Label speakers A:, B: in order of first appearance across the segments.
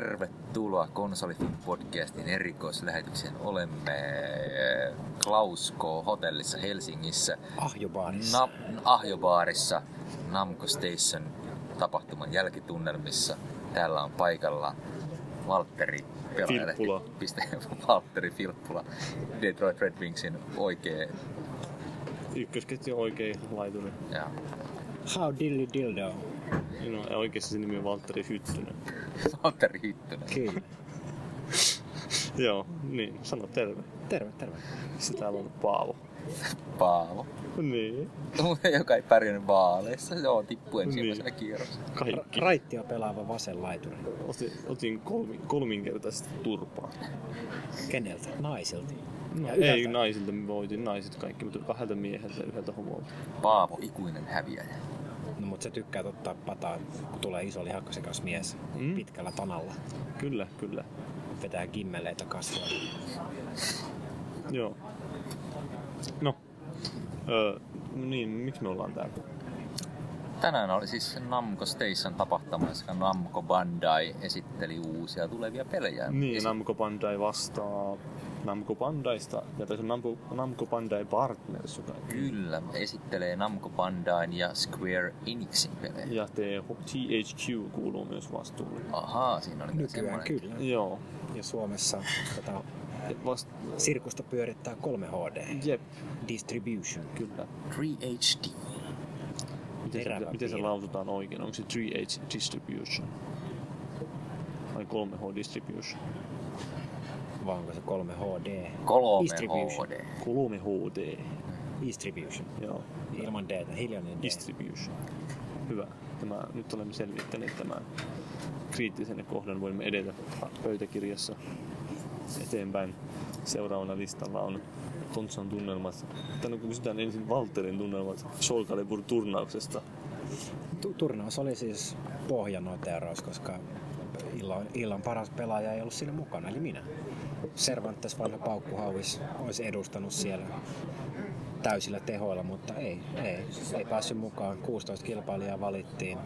A: Tervetuloa Konsolifin podcastin erikoislähetykseen. Olemme äh, Klaus K. hotellissa Helsingissä,
B: Ahjobaarissa.
A: Na- Ahjobaarissa, Namco Station tapahtuman jälkitunnelmissa. Täällä on paikalla Valtteri Pelaajalehti-
B: Filppula.
A: Piste, Valtteri Filppula, Detroit Red Wingsin oikea.
C: ykkösketju oikein laituri.
A: Ja,
B: How dilly dildo.
C: No, oikeasti se nimi on Valtteri Hyttynen.
A: Valtteri Hyttynen.
B: Kyllä.
C: Joo, niin, sano terve.
B: Terve, terve.
C: Sitten täällä on Paavo.
A: Paavo.
C: Niin,
A: Mutta joka ei pärjännyt vaaleissa, joo, tippui ensimmäisenä
C: Niin.
A: kierroksella.
C: kaikki.
B: Raittia pelaava vasen laituri.
C: Otin, otin kolmi, kolminkertaisesti turpaa.
B: Keneltä? Naiselta.
C: No,
B: Ja
C: ei
B: yhdeltä.
C: naisilta me voitin, naiset kaikki, mutta kahdelta mieheltä ja yhdeltä homolta.
A: Paavo, ikuinen häviäjä.
B: No, mutta sä tykkäät ottaa pataa, kun tulee iso lihakkasekas mies
C: Mm.
B: mm. pitkällä tanalla.
C: Kyllä, kyllä.
B: Vetää kimmeleitä kasvoille.
C: Joo. No, öö, niin, miksi me ollaan täällä?
A: Tänään oli siis Namco Station tapahtuma, jossa Namco Bandai esitteli uusia tulevia pelejä.
C: Niin,
A: Esi-
C: Namco Bandai vastaa Namco Bandaista, ja tässä on Namco, Namco Bandai Partners, joka
A: Kyllä, esittelee Namco Bandain ja Square Enixin pelejä.
C: Ja TH THQ kuuluu myös vastuulle.
A: Ahaa, siinä oli kyllä
B: Nykyään
A: semmoinen.
B: kyllä.
C: Joo.
B: Ja Suomessa tätä
C: Ja Vast...
B: sirkusta pyörittää 3HD.
C: Jep,
B: Distribution.
C: kyllä.
A: 3HD.
C: Miten
B: Terävä
C: se, miten se
B: piirre.
C: lausutaan oikein? Onko se 3H Distribution? Vai 3H Distribution?
B: Vai onko se 3HD?
A: 3
B: Distribution. Niin.
A: HD.
C: 3HD.
B: Distribution.
C: Joo.
B: Ilman D, hiljainen D.
C: Distribution. Hyvä. Tämä, nyt olemme selvittäneet tämän kriittisen kohdan. Voimme edetä pöytäkirjassa eteenpäin. Seuraavana listalla on Tontsan tunnelmat. Tänne kun kysytään ensin Walterin tunnelmat Soul Calibur turnauksesta.
B: Tu- Turnaus oli siis pohjanoteeraus, koska illan, illan paras pelaaja ei ollut siinä mukana, eli minä. Cervantes vanha paukkuhauis olisi edustanut siellä täysillä tehoilla, mutta ei, ei, ei päässyt mukaan. 16 kilpailijaa valittiin.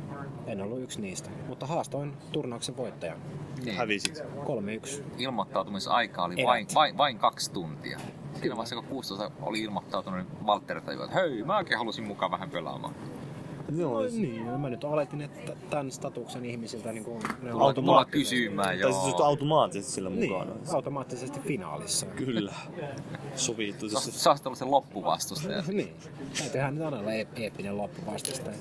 B: En ollut yksi niistä, mutta haastoin turnauksen voittajan.
A: Niin.
C: Hävisit.
B: Ah, 3-1.
A: Ilmoittautumisaika oli
B: Erät.
A: vain, vain, vain kaksi tuntia. Siinä vaiheessa, kun 16 oli ilmoittautunut, niin Valtteri tajui, että hei, mäkin halusin mukaan vähän pelaamaan.
C: Joo,
B: No niin, mä nyt oletin, että tämän statuksen ihmisiltä niin kuin ne on
A: Tulla, tulla
C: Automaattisesti.
A: kysymään,
C: Tai siis olet
A: joo.
C: automaattisesti sillä
B: niin,
C: mukana.
B: automaattisesti finaalissa.
C: Kyllä. Sovittu.
A: Sä,
C: Siis
A: sä olisit ollut se loppuvastustaja.
B: niin, täytyyhän nyt aina E olla eep- eeppinen loppuvastustaja.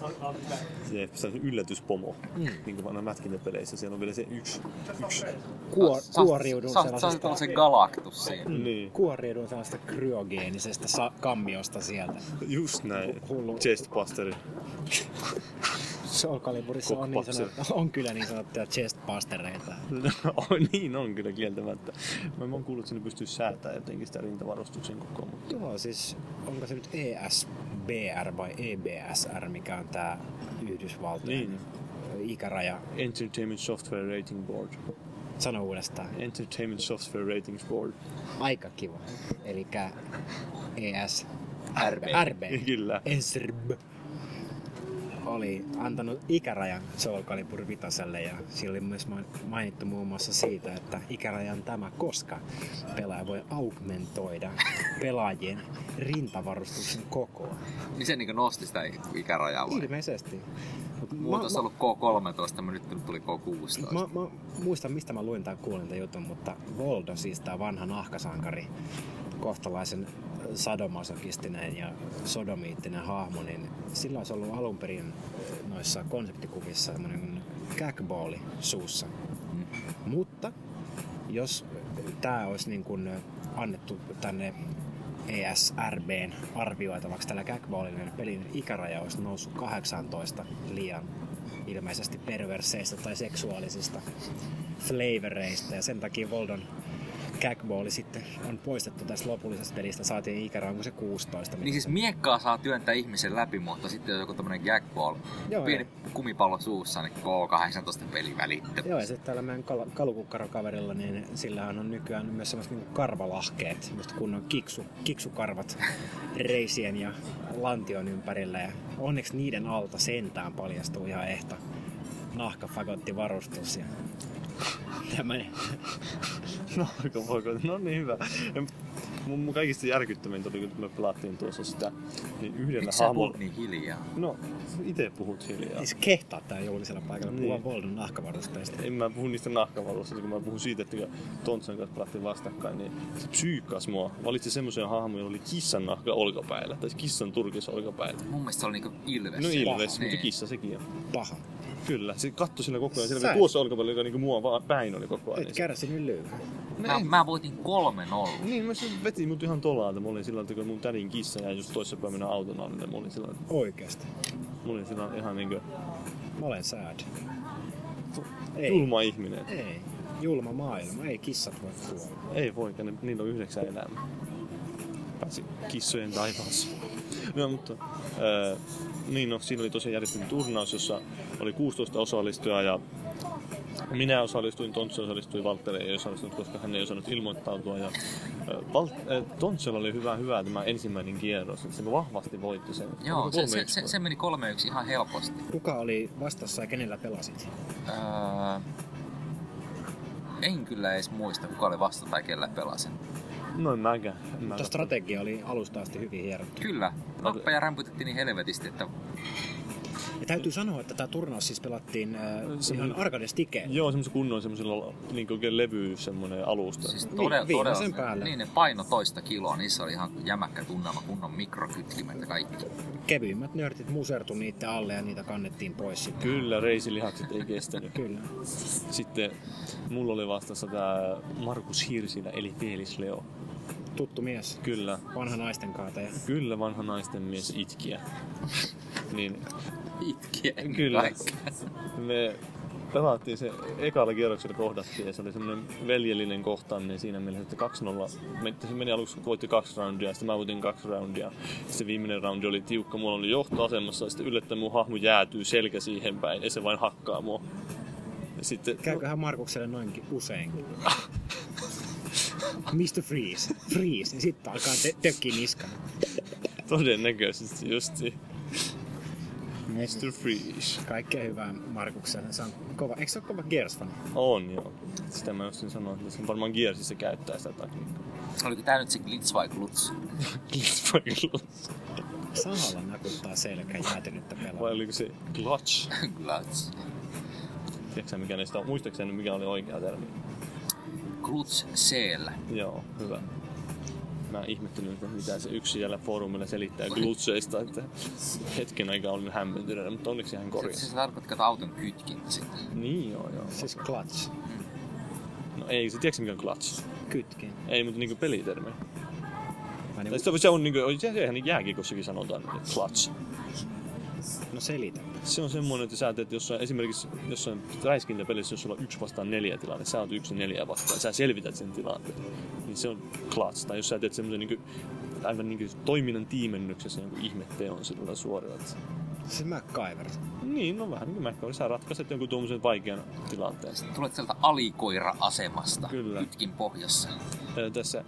C: se, se on yllätyspomo.
B: Mm.
C: Niin kuin aina mätkintäpeleissä. Siellä on vielä se yksi. yksi.
B: kuor,
A: Sä-
B: kuoriudun
A: sä, sä, sä olisit
B: sellaisesta,
A: ollut se galaktus siinä.
C: Niin.
B: kuoriudun sellaisesta kryogeenisesta sa- kammiosta sieltä.
C: Just näin.
B: Hullu.
C: Chestbusteri.
B: Soul Caliburissa on, niin
C: Cockbuster.
B: sanottu, on kyllä niin sanottuja chestbustereita.
C: Oh, niin on kyllä kieltämättä. Mä mä oon kuullut, että sinne pystyy säätämään jotenkin sitä rintavarustuksen kokoa. Mutta...
B: Joo, siis onko se nyt E ESBR vai E EBSR, mikä on tää Yhdysvaltojen
C: Niin.
B: ikäraja?
C: Entertainment Software Rating Board.
B: Sano uudestaan.
C: Entertainment Software Ratings Board.
B: Aika kiva. E Eli ES...
A: RB.
B: RB.
A: Eh.
C: Kyllä.
B: SRB. Oli antanut ikärajan Soul Calibur Vitaselle ja sillä oli myös main- mainittu muun muassa siitä, että ikäraja on tämä, koska pelaaja voi augmentoida pelaajien rintavarustuksen kokoa.
A: Niin se niin nosti sitä ikärajaa vai?
B: Ilmeisesti. Mut
A: Mulla on ollut K13, mä nyt tuli K16.
B: mä, mä muistan, mistä mä luin tämän kuulin tämän jutun, mutta Voldo, siis tämä vanha nahkasankari, kohtalaisen sadomasokistinen ja sodomiittinen hahmo, niin sillä olisi ollut alun perin noissa konseptikuvissa semmoinen cackballi suussa.
A: Mm.
B: Mutta jos tämä olisi niin kuin annettu tänne E ESRBn arvioitavaksi tällä Gagballilla, niin pelin ikäraja olisi noussut 18 liian ilmeisesti perverseistä tai seksuaalisista flavoreista ja sen takia Voldon Gagball sitten on poistettu tästä lopullisesta pelistä. Saatiin ikäraja, onko se 16?
A: Niin siis miekkaa saa työntää ihmisen läpi, mutta sitten on joku tämmönen gagball,
B: Joo,
A: pieni kumipallo suussa, niin K18 peli välittömästi.
B: Joo, ja sitten täällä meidän kal- kalukukkarokaverilla, niin sillähän on nykyään myös semmoiset niinku karvalahkeet, semmoiset kunnon kiksu, kiksukarvat reisien ja lantion ympärillä. Ja onneksi niiden alta sentään paljastuu ihan ehta nahkafagottivarustus. Ja Tämmönen.
C: No, voiko- voiko? No niin hyvä. En- Mun, mun kaikista järkyttävintä oli, kun me pelattiin tuossa sitä, niin yhdellä
A: Miksi sä
C: hahmolla...
A: puhut niin hiljaa?
C: No, itse puhut hiljaa.
B: Siis kehtaa tää juhlisella paikalla.
C: Niin.
B: Niin. Puhua Voldon nahkavartospeistä.
C: En mä puhu niistä nahkavaloista, kun mä puhun siitä, että kun Tontsan kanssa pelattiin vastakkain, niin se psyykkas mua. Valitsi semmoisen hahmon, jolla oli kissan nahka olkapäällä, tai siis kissan turkis olkapäällä.
A: Mun mielestä se oli niinku Ilves. Niin.
C: No Ilves,
A: Paha.
C: mutta kissa sekin on.
B: Paha.
C: Kyllä, se katsoi siinä koko ajan. Siellä
B: Sä-
C: oli tuossa olkapäällä, joka niinku mua vaan päin oli koko ajan.
B: Nyt kärsinyt lyhyä.
A: Mä,
B: Niin.
A: mä voitin 3-0.
C: Niin, mä se veti mut ihan tolaalta. Mä olin sillä tavalla, kun mun tädin kissa jäi just toissapäivänä auton alle. niin Mä olin sillä
B: Oikeesti.
C: mä olin sillä ihan niinku niinkö
B: Mä olen sad.
C: ei.
B: Ei.
C: julma ihminen.
B: Ei. Julma maailma. Ei kissat voi kuolla.
C: Ei voi, ne, niillä on yhdeksän elämää. Pääsi kissojen taivaassa. No mutta, ää, niin no, siinä oli tosiaan järjestetty turnaus, jossa oli 16 osallistujaa ja minä osallistuin, Tontsi osallistui, Valtteri ei osallistunut, koska hän ei osannut ilmoittautua. Ja, ää, Val- ää, Tontsilla oli hyvä, hyvä tämä ensimmäinen kierros, että se vahvasti voitti sen.
A: Joo,
C: Oliko
A: se,
C: kolme
A: se,
C: yksi
A: se,
C: vai?
A: se meni 3-1 ihan helposti.
B: Kuka oli vastassa ja kenellä pelasit?
A: Öö, en kyllä edes muista, kuka oli vasta tai kellä pelasin.
C: No en mäkään. En mä
B: Mutta strategia oli alusta asti hyvin hierottu.
A: Kyllä,
C: No,
A: nappeja rämpytettiin niin helvetisti, että
B: Ja täytyy sanoa, että tämä turnaus siis pelattiin äh,
C: Se-
B: ihan arkadestikeillä.
C: Joo, semmoisen kunnon semmoisella niin oikein levy semmoinen alusta.
A: siis
B: Niin,
A: todella,
B: viimeisen
A: todella
B: päälle.
A: niin ne paino toista kiloa, niissä oli ihan jämäkkä tunnelma, kunnon mikrokytkimet ja kaikki.
B: Kevyimmät nörtit musertu niiden alle ja niitä kannettiin pois sitten.
C: Kyllä, reisilihakset ei kestänyt.
B: Kyllä.
C: Sitten mulla oli vastassa tää Markus Hirsilä, eli Felis Leo.
B: Tuttu mies.
C: Kyllä,
B: Vanha naisten kaataja.
C: kyllä vanha naisten mies itkiä. niin,
A: Itkiä ennen
C: Kyllä.
A: kaikkea.
C: me pelattiin se ekalla kierroksella kohdattiin ja se oli semmoinen veljellinen kohtaaminen siinä mielessä, että 2-0, me- se meni aluksi, voitti kaksi roundia, sitten mä voitin kaksi roundia. Sitten se viimeinen roundi oli tiukka, mulla oli johtoasemassa ja sitten yllättäen mun hahmo jäätyy selkä siihen päin ja se vain hakkaa mua. Ja Sitten,
B: Käyköhän Markukselle noinkin useinkin? Mr. Freeze. Freeze. Ja sitten alkaa te- tökkiä niskana.
C: Todennäköisesti justi. Mr. Freeze.
B: Kaikkea hyvää Markukselle. Se on kova. Eikö se ole kova Gears-fani?
C: On joo. Sitä mä just sanoin, että se varmaan Gearsissä käyttää sitä takniikkaa.
A: Oliko tää nyt se glitz vai gluts?
C: Glitch
B: Sahalla nakuttaa selkä jäätynyttä
C: Vai
B: pelaa.
C: oliko se Glutch?
A: Gluts.
C: Tiedätkö sä, mikä niistä on? Muistaakseni mikä oli oikea termi?
A: Gluts seal.
C: Joo, hyvä. Mä ihmettelin, että mitä se yksi siellä foorumilla selittää glutseista, että hetken aikaa olin hämmentyneenä, mutta onneksi hän
A: Se,
C: korjasi.
A: se tarkoittaa että auton kytkintä sitten.
C: Niin joo, joo.
B: Siis clutch.
C: No ei, se tiedätkö mikä on glutch?
B: Kytkin.
C: Ei, mutta niinku pelitermi.
B: Vai
C: Tai
B: niinku,
C: sitä- se on niinku, se- sehän jääkikossakin sanotaan, että clutch.
B: no selitä.
C: Se on semmoinen, että sä teet jossain, esimerkiksi jossain räiskintäpelissä, jos sulla on yksi vastaan neljä tilanne, sä oot yksi neljä vastaan, sä selvität sen tilanteen. Niin se on clutch. Tai jos sä teet semmoisen niin aivan niin toiminnan tiimennyksessä jonkun ihmetteon sillä suorilla. että-
B: Siis MacGyver.
C: Niin, no vähän niin kuin MacGyver. Sä ratkaiset jonkun tuommoisen vaikean tilanteen.
A: Sitten tulet sieltä alikoira-asemasta
C: Kyllä. Niin,
A: kytkin pohjassa.
C: Ö, Tässä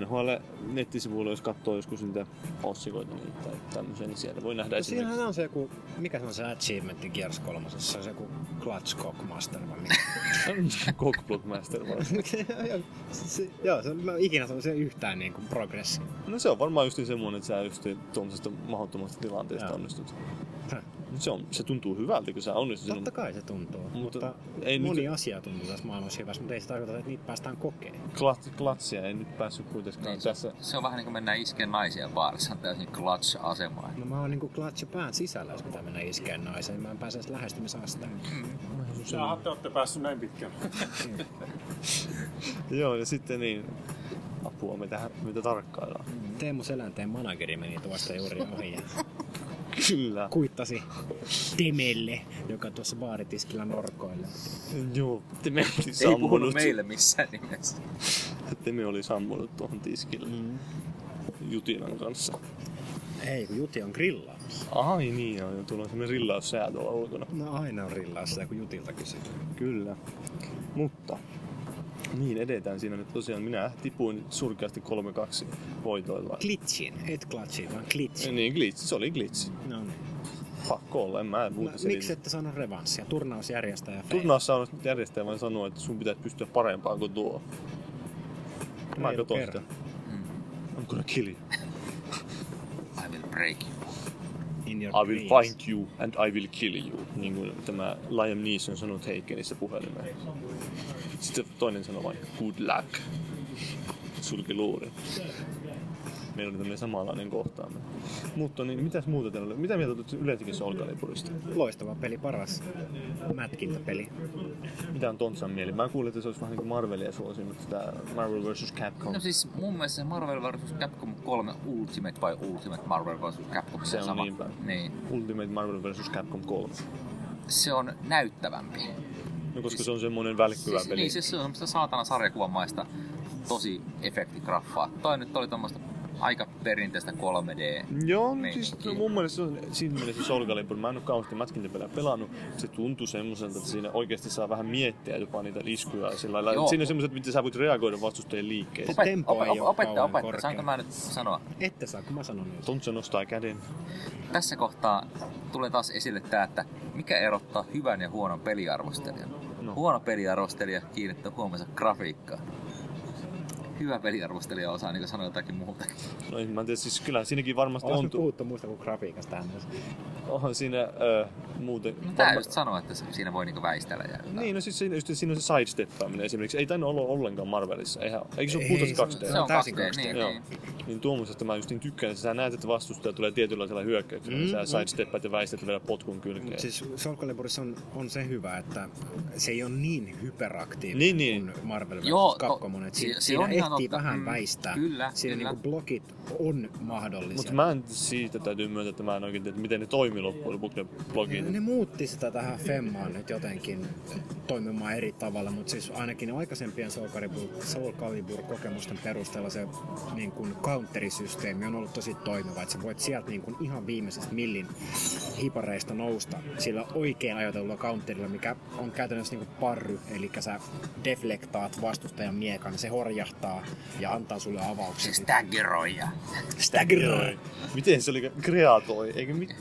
C: NHL-nettisivuilla, jos katsoo joskus niitä otsikoita niin, tai tämmöisiä, niin siellä voi nähdä
B: No
C: esimerkiksi.
B: siinähän on se joku, mikä se on se achievementti Gears kolmosessa? Se on se joku Clutch Cock Master vai mikä?
C: Cockblock Master vai?
B: se, se, joo, se, on- mä en ikinä sanon sen yhtään niin kuin progressi.
C: No se on varmaan just semmoinen, että sä just tuommoisesta mahdottomasta tilanteesta
B: Joo.
C: onnistut.
B: Häh.
C: Mut Se, on, se tuntuu hyvältä, kun sä onnistut.
B: Totta
C: Totta...
B: kai se tuntuu,
C: Mutta
B: mutta, mutta
C: ei
B: ei moni
C: nyt-
B: asia tuntuu tässä maailmassa hyvässä, mutta ei se tarkoita, että niitä päästään kokeilemaan.
C: Klat, klatsia ei nyt päässyt kuitenkaan
A: Niin.
C: tässä.
A: Se on vähän niin kuin mennään iskeen naisia baarissa, on täysin clutch-asemaa.
B: No mä oon niinku klatsi pään sisällä, jos pitää mennä iskeen naiseen, mä en pääse edes lähestymisasteen.
D: Jaha, te olette päässyt näin pitkälle.
C: Joo, ja sitten niin, apua, mitä, mitä tarkkaillaan.
B: Teemu Selänteen manageri meni tuosta juuri ohi ja
C: Kyllä.
B: kuittasi Temelle, joka tuossa baaritiskillä norkoille.
C: Joo, Teme oli
A: Ei puhunut
C: sammunut.
A: meille missään nimessä.
C: Teme oli sammunut tuohon tiskille. Mm. Jutinan kanssa.
B: Ei, kun Juti on grillaamassa.
C: Ai niin, joo, joo, tuolla on semmoinen rillaussää tuolla ulkona.
B: No aina on grillaamassa, kun Jutilta kysytään.
C: Kyllä. Mutta niin edetään siinä nyt tosiaan. Minä tipuin surkeasti 3-2 voitoilla.
B: Glitchin, et klatsin, vaan glitchin.
C: Niin, glitch. Se oli glitch.
B: No niin.
C: Fuck all, en mä
B: No,
C: muuta selitä.
B: miksi ette saanut revanssia? Turnausjärjestäjä fail.
C: Turnaassa on järjestäjä vain sanoo, että sun pitäisi pystyä parempaan kuin tuo. Mä
B: Reilu
C: katon sitä.
B: kerran.
C: I'm gonna kill you.
A: I will break you.
B: In your
C: I will
B: dreams.
C: find you and I will kill you. Niin kuin tämä Liam Neeson sanoi Heikenissä puhelimeen. Sitten toinen sanoi vain, good luck. Sulki luuri. Meillä oli tämmöinen samanlainen kohtaaminen. Mutta niin, mitäs muuta teillä oli? Mitä mieltä olette yleensäkin Soul Caliburista?
B: Loistava peli, paras mätkintäpeli.
C: Mitä on Tontsan mieli? Mä kuulin, että se olisi vähän niin kuin Marvelia suosin, mutta tämä Marvel vs. Capcom.
A: No siis mun mielestä se Marvel vs. Capcom 3 Ultimate vai Ultimate Marvel vs. Capcom
C: Se on
A: sama.
C: niin päin.
A: niin.
C: Ultimate Marvel vs. Capcom 3.
A: Se on näyttävämpi.
C: No koska se on semmoinen välkkyvä
A: siis,
C: peli.
A: Niin, siis se on semmoista saatana sarjakuvamaista tosi efektigraffaa. Toi nyt oli tommoista aika perinteistä 3D.
C: Joo, niin.
A: Niin.
C: siis no, mun mielestä se on siinä mielessä Soul Calibur. Mä en ole kauheasti mätkintäpelejä pelannut. Se tuntuu semmoiselta, että siinä oikeasti saa vähän miettiä jopa niitä iskuja. ja Sillä lailla.
A: Joo.
C: Siinä on semmoiset, miten sä voit reagoida vastustajien liikkeeseen.
B: Opet- tempo ei oo
A: opetta,
B: kauhean
A: opetta.
B: korkea.
A: Saanko mä nyt sanoa?
B: Ette saa, kun mä sanon nyt.
C: Tontsa nostaa käden.
A: Tässä kohtaa tulee taas esille tämä, että mikä erottaa hyvän ja huonon peliarvostelijan.
C: No.
A: No. Huono peliarvostelija kiinnittää huomensa grafiikkaan. Hyvä peliarvostelija osaa niin sanoa jotakin muuta.
C: No en mä tiedä, siis kyllä siinäkin varmasti
B: Olas
C: on.
B: nyt
C: Tu-
B: puhuttu muusta kuin grafiikasta tähän myös.
C: onhan siinä öö, muuten...
A: No Tää
C: varma-
A: just sanoa, että se- siinä voi niinku väistellä ja jotain.
C: Niin, no siis siinä, just, siinä on se sidesteppaaminen esimerkiksi. Ei tainnut olla ollenkaan Marvelissa. Eihän, eikö se ole
B: Ei,
C: puhtaasti
B: se on-
C: 2D?
A: se on
B: täysin
A: 2D, niin,
B: 2D,
C: Joo.
A: niin.
C: Niin tuommoisesta mä just niin tykkään, että sä näet, että vastustaja tulee tietynlaisella hyökkäyksellä, mm,
B: Mm,
C: sä
B: mm.
C: sidesteppäät ja väistät vielä potkun kylkeen.
B: Mut siis Soul Caliburissa on, on se hyvä, että se ei ole niin hyperaktiivinen
C: Niin, niin.
B: kuin Marvel vs.
A: Joo, to-
B: Capcom. Et
A: se-
B: si-
A: se
B: siinä
A: on ihan
B: ehtii
A: totta.
B: vähän
A: Mm,
B: väistää.
A: kyllä,
B: siinä
A: kyllä.
B: Niinku blokit on mahdollisia.
C: Mutta mä en siitä täytyy myöntää, että mä en oikein tiedä, miten ne toimii loppujen lopuksi ne blogit.
B: Ne muutti sitä tähän Femmaan nyt jotenkin toimimaan eri tavalla, mutta siis ainakin aikaisempien Soul Calibur, Soul Calibur kokemusten perusteella se niin kuin counterisysteemi on ollut tosi toimiva, että sä voit sieltä niin kuin ihan viimeisestä millin hipareista nousta sillä oikein ajatellulla counterilla, mikä on käytännössä niin kuin parry, eli sä deflektaat vastustajan miekan, se horjahtaa ja antaa sulle avauksen.
A: Se staggeroi Siis ja...
B: Stagger!
C: Miten se oli kreatoi? Eikö mit...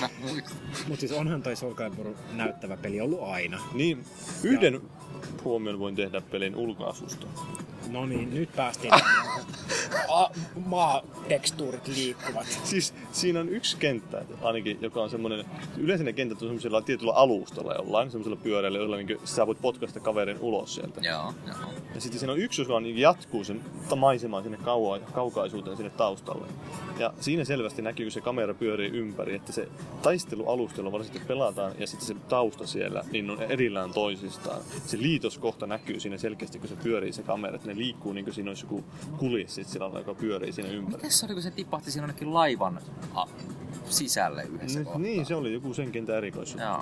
A: Mä muistan.
B: Mutta siis onhan toi Soul Calibur näyttävä peli ollut aina.
C: Niin, yhden huomion voin tehdä pelin ulkoasusta.
B: No niin, nyt päästiin. tähän. A, maatekstuurit liikkuvat.
C: Siis siinä on yksi kenttä ainakin, joka on semmoinen, yleensä ne kentät on semmoisella tietyllä alustalla jollain, semmoisella pyörällä, jolla niin sä voit potkaista kaverin ulos sieltä.
A: Joo, joo.
C: Ja sitten siinä on yksi, joka niin jatkuu sen ta- maisemaan sinne kauaa, kaukaisuuteen sinne taustalle. Ja siinä selvästi näkyy, kun se kamera pyörii ympäri, että se taistelu alustalla varsinkin pelataan ja sitten se tausta siellä, niin ne on erillään toisistaan. Se liitoskohta näkyy siinä selkeästi, kun se pyörii se kamera, että ne liikkuu niin kuin siinä olisi joku kulissi sillä lailla, joka pyörii siinä ympäri.
A: Mites se oli, kun se tipahti siinä jonnekin laivan a, sisälle yhdessä
C: Nyt,
A: kohtaa?
C: niin, se oli joku sen kentän erikoisuus.
A: Joo.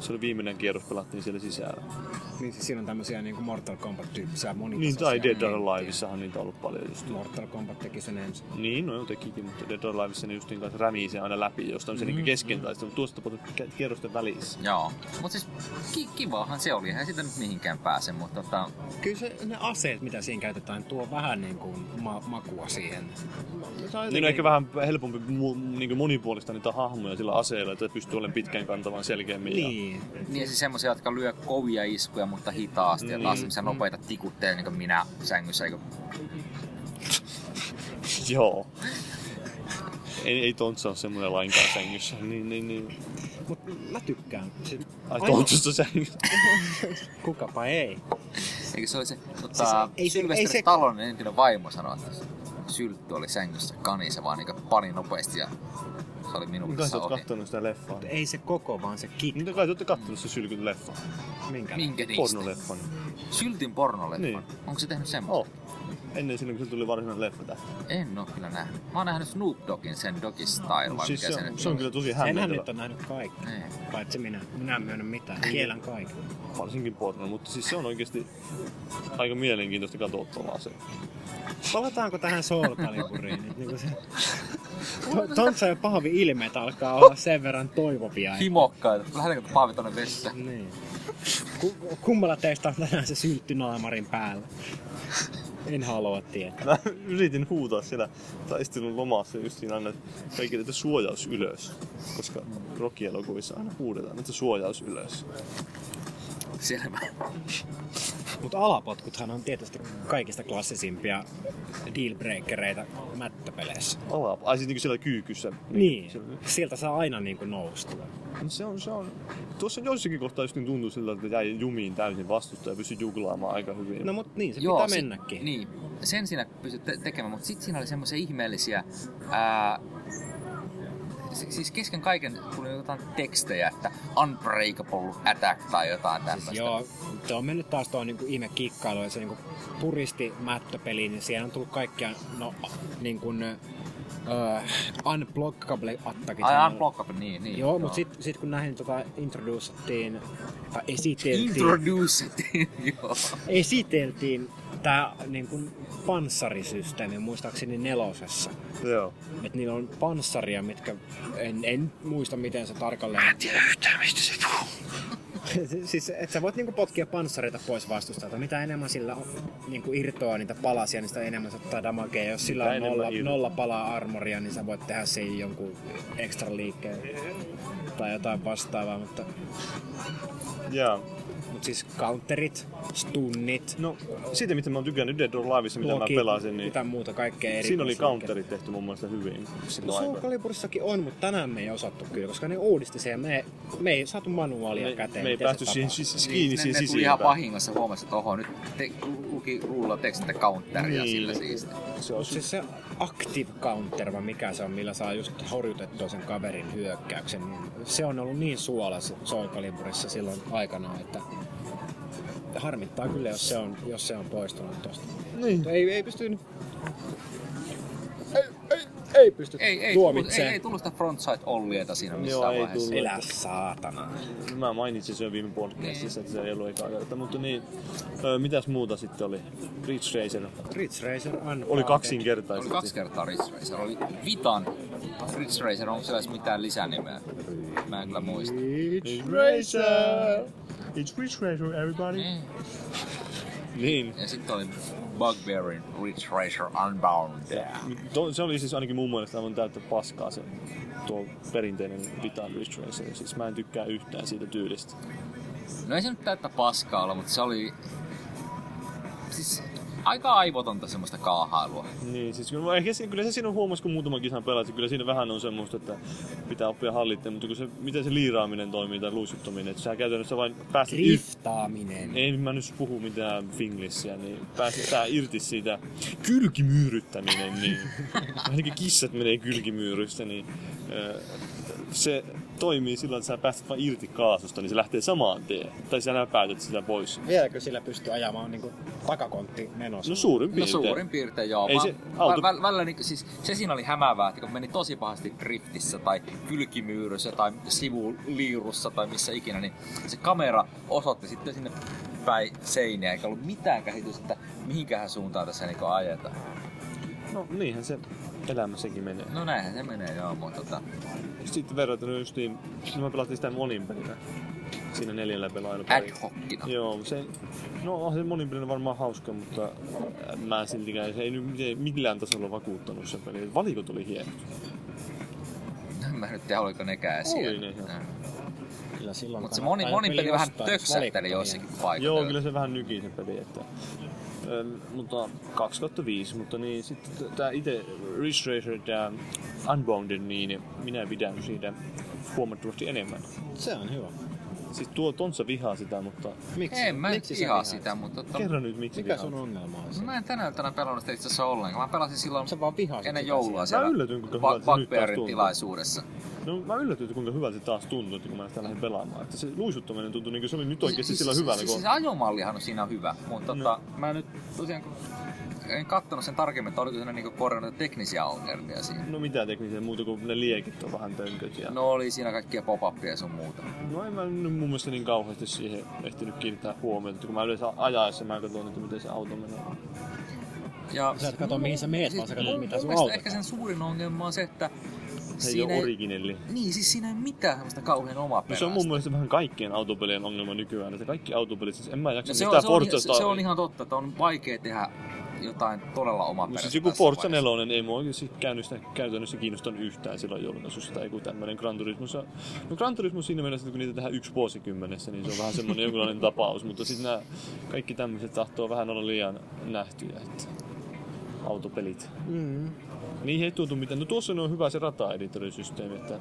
C: Se oli viimeinen kierros, pelattiin siellä sisällä.
B: Niin siis siinä on tämmöisiä niin kuin Mortal Kombat-tyyppisiä
C: Niin,
B: monitasoisia.
C: tai Dead or Aliveissahan niitä on ollut paljon just.
B: Mortal Kombat teki sen ensin.
C: Niin, no joo, tekikin, mutta Dead or Aliveissa ne just niin kanssa rämii se aina läpi, jos tämmöisen mm, niin kesken taistelu, mutta tuosta tapahtuu kä- kierrosten välissä.
A: Joo. Mut siis ki- kivahan se oli. Eihän sitä nyt mihinkään pääse, mutta tota,
B: Kyllä se, ne aseet, mitä siinä käytetään, tuo vähän niin kuin ma- makua siihen.
C: Niin on ehkä vähän helpompi mu- niin monipuolista niitä hahmoja sillä aseella, että pystyy olemaan pitkään kantavan selkeämmin. Ja...
B: Niin.
A: niin siis semmosia, jotka lyö kovia iskuja, mutta hitaasti. Ja
C: Niin.
A: taas semmosia nopeita tikutteja, niin kuin minä sängyssä. Eikö?
C: Joo. Ei, ei Tontsa ole semmoinen lainkaan sängyssä. Niin, niin, niin.
B: Mut mä tykkään. Siis,
C: Ai
B: Ai-
C: Tontsusta sängyssä.
B: kukapa ei.
A: Eikö se oli se,
B: Siis
A: tota,
B: ei
A: siis,
B: se- ei
A: Sylvester
B: se-
A: Stallone entinen vaimo sanoi, että se syltty oli sängyssä kanissa, vaan niin pani nopeasti ja se oli minun
C: Kai sä
A: kanssa
C: oot
A: ohi.
C: kattonut sitä leffaa.
B: Mut ei se koko, vaan se kit.
C: Niin. Mitä kai te ootte kattonut se sylkyt leffa?
B: Minkä?
A: Minkä niistä?
C: Pornoleffan.
A: Syltin pornoleffan.
C: Niin.
A: Niin. Onko se tehnyt semmoista?
C: Oh. Ennen silloin, kun se tuli varsinainen leffa tähän.
A: En oo kyllä nähnyt. Mä oon nähnyt Snoop Doggin sen Doggy Style, vai
C: Siis
A: mikä
C: se,
A: se
C: on,
A: nyt
C: se on kyllä tosi
B: Senhän
C: hämmentävä.
B: nyt on nähnyt kaikki.
A: Niin.
B: Paitsi minä. Minä en myönnä mitään.
C: Niin.
B: Kielän kaiken.
C: varsinkin porno, mutta siis se on oikeasti aika mielenkiintoista katsottavaa se.
B: Palataanko tähän Soul Caliburiin nyt? Niin se... To- Tontsa ja Paavi ilmeet alkaa olla sen verran toivovia. että-
A: Himokkaita. Lähdetäänkö Paavi tonne vessaan?
B: Niin. Ku- kummalla teistä on tänään se syltty naamarin päällä? En halua tietää.
C: Mä yritin huutaa siellä taistelun lomassa just siinä aina kaikille, että suojaus ylös. Koska rokielokuvissa aina huudetaan, että suojaus ylös.
A: Selvä.
B: Mutta alapotkuthan on tietysti kaikista klassisimpia dealbreakereita mättöpeleissä.
C: Ala, ai siis niinku siellä kyykyssä.
B: Niin,
C: Siellä-
B: sieltä saa aina niin kuin noustua.
C: No Se on, se on. Tuossa joissakin kohtaa just niin tuntuu siltä, että jäi jumiin täysin vastustaja ja pystyi juglaamaan aika hyvin.
B: No
C: No,
B: mut niin, se Joo, pitää mennäkin.
A: Niin, sen siinä pystyt te- tekemään, mutta sitten siinä oli semmoisia ihmeellisiä... Ää, si- siis kesken kaiken tuli jotain tekstejä, että Unbreakable Attack tai jotain tämmöistä.
B: Siis Joo, se on mennyt taas tuo niinku ihme kikkailu, että se niinku puristi mättöpeli, niin siihen on tullut kaikkia, no, niin kuin, uh, unblockable attakit.
A: Ai Unblockable, niin, niin.
B: Joo, mutta sitten sit kun näihin tota introducettiin, tai esiteltiin,
A: Introduced, joo.
B: esiteltiin tämä niin kuin panssarisysteemi, muistaakseni nelosessa.
C: Joo.
B: Että niillä on panssaria, mitkä en, en muista miten se tarkalleen. Mä en tiedä yhtään mistä se puhuu. siis et sä voit niinku potkia panssarita pois vastustajalta. Mitä enemmän sillä on, niinku irtoaa niitä palasia, niin sitä enemmän se ottaa damagea. Jos sillä
C: Mitä
B: on
C: enemmän
B: nolla,
C: irtoaa.
B: nolla palaa armoria, niin sä voit tehdä siihen jonkun ekstra liikkeen tai jotain vastaavaa. Mutta,
C: Jaa.
B: mutta siis counterit, stunnit,
C: No, siitä mitä mä oon tykännyt Dead or Aliveissa, mitä
B: Loki,
C: mä pelasin, niin
B: mitä muuta kaikkea eri.
C: siinä oli counterit tehty mun mielestä hyvin.
B: No
C: Silloin
B: Soul
C: aikaan.
B: Caliburissakin on, mutta tänään me ei osattu kyllä, koska ne uudisti sen ja me, me ei saatu manuaalia
C: me,
B: käteen.
C: me ei
B: miten se
C: päästy siihen
B: tapahtui.
C: sis-
A: Niin,
C: kiinni
A: ne,
C: siihen
A: ne tuli ihan
C: sisimpään.
A: vahingossa huomasi, että oho, nyt te, luki ruulla tekstintä counteria
C: Niin.
A: sillä siisti.
C: Se on
B: Onko siis se se active counter vai mikä se on, millä saa just horjutettua sen kaverin hyökkäyksen, niin se on ollut niin suolassa Soul Caliburissa silloin aikanaan, että harmittaa kyllä, jos se on, jos se on poistunut tosta.
C: Niin.
B: Ei, ei pysty... Ei, ei, ei pysty
A: Ei, ei, tullut, ei,
B: tuomitsemaan.
A: ei tullut sitä frontside ollieta siinä missään
C: Joo, ei
A: vaiheessa.
C: tullut.
B: Elä saatana.
C: niin, Mä mainitsin sen jo viime
A: Niin.
C: podcastissa, että se ei ollut eikä kerta, mutta niin, öö, mitäs muuta sitten oli? Ridge Racer
B: Ridge Racer Unbounded.
C: oli
A: Oli
C: kaksinkertaisesti.
A: kaksi kertaa Ridge Racer. Oli Vitan Ridge Racer. Onko siellä edes mitään lisänimeä? Mä en kyllä muista.
C: Ridge Racer! It's Ridge Racer, everybody!
A: Niin.
C: Niin.
A: Ja sitten oli Bugbearin Ridge Racer Unbound.
C: To, se oli siis ainakin mun mielestä aivan täyttä paskaa se tuo perinteinen Vitan Ridge Racer. Siis mä en tykkää yhtään siitä tyylistä.
A: No ei se nyt täyttä paskaa olla, mutta se oli... Siis aika aivotonta semmoista kaahailua.
C: Niin, siis kyllä, ehkä, se- kyllä se siinä huomasi, kun muutaman kisan pelasit, kyllä siinä vähän on semmoista, että pitää oppia hallitteen, mutta kun se, miten se liiraaminen toimii tai luisuttaminen, että sä käytännössä vain pääset irti
B: Driftaaminen.
C: Ei mä nyt puhu mitään finglissiä, niin päästetään irti siitä kylkimyyryttäminen, niin ainakin kissat menee kylkimyyrystä, niin ö, se toimii sillä, että sä päästet vaan irti kaasusta, niin se lähtee samaan teen. Tai sä päätät sitä pois.
B: Vieläkö sillä pystyy ajamaan niinku takakontti menossa?
C: No suurin
A: No
C: piirtein.
A: suurin piirtein joo.
C: Ei
A: Mä-
C: se
A: vä-
C: auto-
A: vä- välillä, niin, siis, se siinä oli hämäävää, että kun meni tosi pahasti driftissä tai kylkimyyryssä tai sivuliirussa tai missä ikinä, niin se kamera osoitti sitten sinne päin seiniä, eikä ollut mitään käsitystä, että mihinkähän suuntaan tässä niin ajetaan.
C: No niinhän se elämä sekin menee.
A: No näinhän se menee joo, mutta tota,
C: Sitten verrattuna just niin, no mä pelasin sitä monin pelinä. Siinä neljällä pelaajalla.
A: ad hocina.
C: Joo, se, no on se monipelinen varmaan hauska, mutta äh, mä en siltikään, se ei nyt miten- millään tasolla vakuuttanut se peli. Valikot oli hienot.
A: En mä nyt tiedä, oliko nekään siellä.
C: ne, joo.
B: Kyllä silloin
A: Mutta se
B: kannattaa
A: moni,
B: jo
A: moni peli vähän
B: ostaa, jos
A: töksähteli
B: valikkoja.
A: joissakin paikoissa.
C: siis Joo, kyllä se vähän nyki se peli, että... Ähm, mutta 2005, mutta niin sitten t- tää itse Ridge Racer, tää Unbounded, niin minä pidän siitä huomattavasti enemmän.
B: Se on hyvä.
C: Siis tuo Tontsa vihaa sitä, mutta
B: Miksi?
A: En mä nyt
B: miksi sä
A: ihan
B: vihaat?
A: sitä, mutta tota,
C: kerro nyt miksi
B: No, Mikä
C: vihaa.
B: sun ongelma on
A: No
B: siinä?
A: Mä en tänä iltana pelannut sitä itse asiassa ollenkaan. Mä pelasin silloin
B: Sä vaan vihaat
A: ennen
B: sitä
A: joulua
B: siinä.
A: siellä
C: Mä yllätyin, kuinka
A: Bug-
C: hyvältä se nyt taas
A: Bugbearin
C: tuntuu.
A: tilaisuudessa.
C: No mä yllätyin, että kuinka hyvältä se taas tuntui, että kun mä sitä lähdin pelaamaan. Että se luisuttaminen tuntui niin kuin se oli nyt oikeasti sillä hyvällä.
A: Siis,
C: Kun...
A: siis ajomallihan on siinä hyvä, mutta
C: No.
A: tota, mä nyt tosiaan kun en kattonut sen tarkemmin, että oliko siinä niinku korjannut teknisiä ongelmia siinä.
C: No mitä teknisiä muuta kuin ne liekit on vähän tönköt. Ja... No.
A: No oli siinä kaikkia pop-upia ja sun muuta.
C: no en mä nyt mun mielestä niin kauheasti siihen ehtinyt kiinnittää huomiota. että Kun mä yleensä ajaessa mä katson, että miten se auto menee.
A: Ja Siis
B: Sä et katso, mihin sä meet, vaan sä katsot,
A: mun-
B: mitä
A: mun
B: sun
A: mielestä
B: auto
A: ehkä
B: tekee.
A: sen suurin ongelma on se, että
C: Se ei
A: siinä
C: ole
A: ei,
C: originelli.
A: niin, siis siinä ei mitään semmoista kauhean omaa
C: No se on mun mielestä vähän kaikkien autopelien ongelma nykyään. Että kaikki autopelit, siis en mä jaksa
A: No
C: no,
A: se,
C: mistään
A: on, se, on,
C: Forzasta.
A: se on ihan totta, että on vaikea tehdä jotain todella omaa
C: Mutta siis
A: perhettä
C: joku
A: tässä
C: Forza
A: vaiheessa.
C: 4 ei mua oikeasti käynnistä, käytännössä kiinnostanut yhtään silloin joulukuussa tai joku tämmöinen Gran Turismo. Se- No Gran Turismo siinä mielessä, että kun niitä tehdään yksi vuosikymmenessä, niin se on vähän semmoinen jonkinlainen tapaus. Mutta siis nämä kaikki tämmöiset tahtoo vähän olla liian nähtyjä. Että autopelit.
B: Mm.
C: Niihin ei tuntu mitään. No tuossa on hyvä se rataeditorisysteemi, että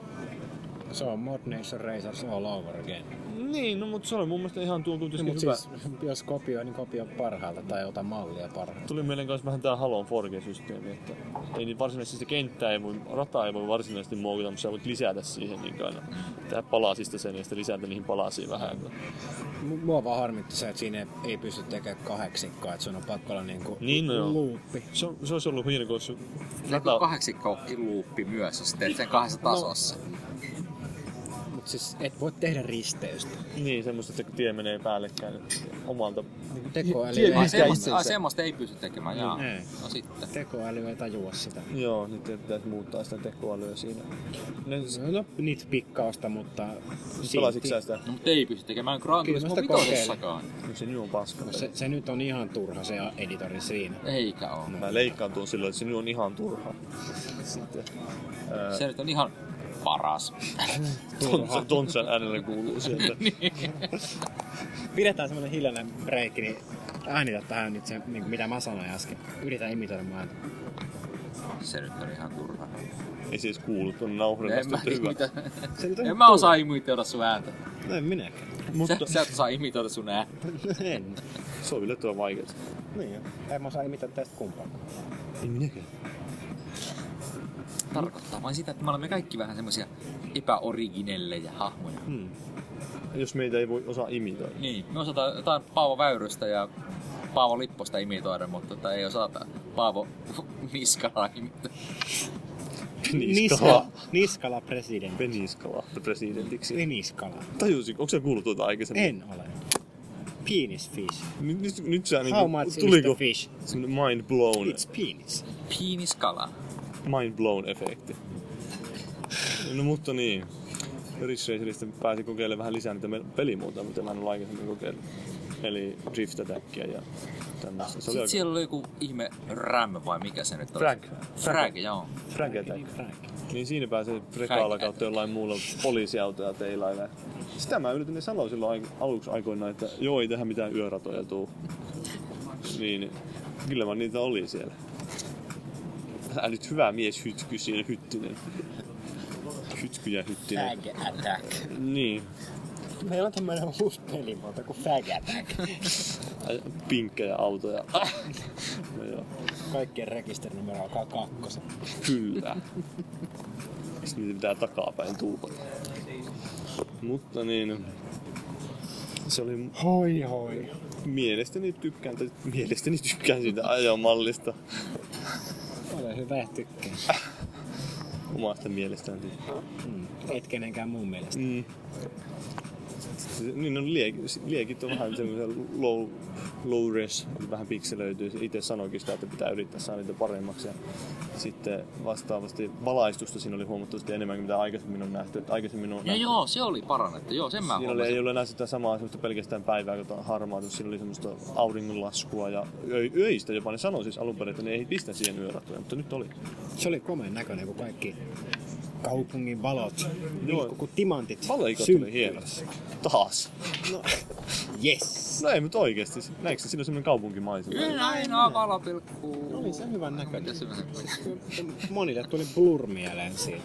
B: Se on Mod Nation Racers all over again.
C: niin, no mutta se oli mun mielestä ihan tuo
A: niin,
C: kuitenkin
B: Mutta
C: hyvä.
B: siis, jos kopioi, niin kopioi parhaalta tai ota mallia parhaalta.
C: Tuli mieleen myös vähän tää Halon Forge-systeemi, että ei niin varsinaisesti sitä kenttää ei voi, rataa ei voi varsinaisesti muokata, mutta sä voit lisätä siihen niin aina. Tää palasista sen ja sitten lisätä niihin palasiin vähän.
B: M- Mua vaan harmitti se, että siinä ei, ei pysty tekemään kahdeksikkoa, että sun on pakko olla niinku
C: Niin, no joo.
B: luuppi.
C: Se, on, se olisi ollut hieno, kun olisi
A: Niin
B: no.
A: kuin
C: rata...
A: kahdeksikko luuppi myös, jos teet sen kahdessa tasossa.
B: Mut siis et voi tehdä risteystä.
C: Niin, semmoista, että kun tie menee päällekkäin niin omalta.
B: Niinku Tekoäly
C: Tie-
B: ei,
A: Ai,
C: Mikä
A: semmoista,
C: itsensä?
A: ai, semmoista ei pysty tekemään, jaa.
C: Niin.
B: Ei.
A: No sitten.
B: tekoäly ei tajua sitä.
C: Joo, nyt pitäisi muuttaa sitä tekoälyä siinä. Ne,
B: No, niitä pikkausta, mutta
C: pelasitko sä sitä?
A: No mutta ei pysty tekemään Gran
B: Kyllä
A: Turismo
B: sitä kokeilen.
A: vitosessakaan.
C: No se nyt on paska.
B: Se, se, nyt on ihan turha se editori siinä.
A: Eikä oo.
C: Mä leikkaan tuon silloin, että se nyt on ihan turha. Sitten. Ää,
A: Se nyt on ihan paras.
C: Tontsan, Tontsan äänellä kuuluu sieltä.
A: Niin.
B: Pidetään semmonen hiljainen breikki, niin äänitä tähän nyt se, niin mitä mä sanoin äsken. Yritä imitoida mua. ääntä.
A: Se nyt on ihan turha.
C: Ei siis kuulu, tuon nauhurin
A: En
C: tästä
A: mä,
C: että
A: tiedä,
C: hyvä.
A: mitä.
B: Se nyt on
A: en mä
B: turha.
A: osaa imitoida sun ääntä.
B: No en minäkään.
A: Sä,
C: Mutta
A: sä et osaa imitoida sun ääntä.
B: en.
C: se on yllättävän vaikeaa.
B: Niin jo. En mä osaa imitoida tästä kumpaakaan.
C: Ei minäkään.
A: Tarkoittaa vain sitä, että me olemme kaikki vähän semmosia epäoriginellejä hahmoja.
C: Hmm. Jos meitä ei voi osaa imitoida.
A: Niin, me osataan jotain Paavo Väyrystä ja Paavo Lipposta imitoida, mutta tota ei osata Paavo Niskalaa imitoida.
B: Niskala. Niskala presidentti.
C: Peniskala presidentiksi.
B: Niskala.
C: Tajusin, onko sä kuullut tuota aikaisemmin?
B: Niin. En ole. Penis fish.
C: Nyt, nyt, nyt sä niinku,
B: How much is the
C: tuliko
B: fish?
C: semmonen mind blown,
B: It's penis.
A: Piiniskala.
C: mind blown efekti. No mutta niin. Ridge Racerista pääsi kokeilemaan vähän lisää niitä me- pelimuotoja, mitä mä en ole aikaisemmin kokeillut. Eli drift attackia ja tämmöistä. Se oli
A: Sitten
C: aika...
A: siellä oli joku ihme ram vai mikä se nyt oli?
C: Frag.
A: Frag, joo.
C: Frag attack.
B: Frank.
C: Niin siinä pääsee frekaalla
A: Kaikki.
C: kautta jollain muulla poliisiautoja teilailla. Sitä mä yritin ne sanoa silloin aik- aluksi aikoinaan, että joo ei tähän mitään yöratoja tuu. Niin kyllä mä niitä oli siellä. Älä nyt hyvä mies hytky siinä, hyttinen. Hytky ja hyttinen.
B: Fag attack.
C: Niin.
B: Meillä on tämmöinen uusi pelimuoto kuin fag attack.
C: Ai, Pinkkejä autoja. No joo,
B: Kaikkien rekisterinumero alkaa kakkosen.
C: kyllä. Sitten niitä pitää takapäin tuupata. Mutta niin, se oli
B: Hoi hoi.
C: Mielestäni tykkään, tai mielestäni tykkään siitä ajomallista.
B: Ole hyvä ja tykkää.
C: Omasta mielestään tykkään.
B: Mm. Et kenenkään muun mielestä.
C: Mm. Se- Niin on liekit, liekit on vähän semmoisia low, low res, vähän pikselöityy. Se Itse sanoikin sitä, että pitää yrittää saada niitä paremmaksi. Ja sitten vastaavasti valaistusta siinä oli huomattavasti enemmän kuin mitä aikaisemmin on nähty. Että aikaisemmin on
A: Ja
C: nähty.
A: joo, se oli parannettu. Joo, sen mä
C: Siinä oli,
A: huomasin.
C: ei ollut enää sitä samaa semmoista pelkästään päivää, jota on harmautus. Siinä oli semmoista auringonlaskua ja ö- öistä jopa. Ne sanoi siis alun perin, että ne ei pistä siihen yöratoja, mutta nyt oli.
B: Se oli komeen näköinen, kun kaikki kaupungin valot,
C: Joo.
B: Joo. kun timantit
C: Valikot
B: syntyi.
C: oli hienot. Taas.
B: Yes.
C: No ei, mutta oikeesti. Näetkö se, siinä on semmoinen kaupunkimaisema?
A: Yhden ainoa valopilkku.
B: Oli se hyvän näköinen.
A: Mitä se meni?
B: Monille tuli blur mieleen siitä.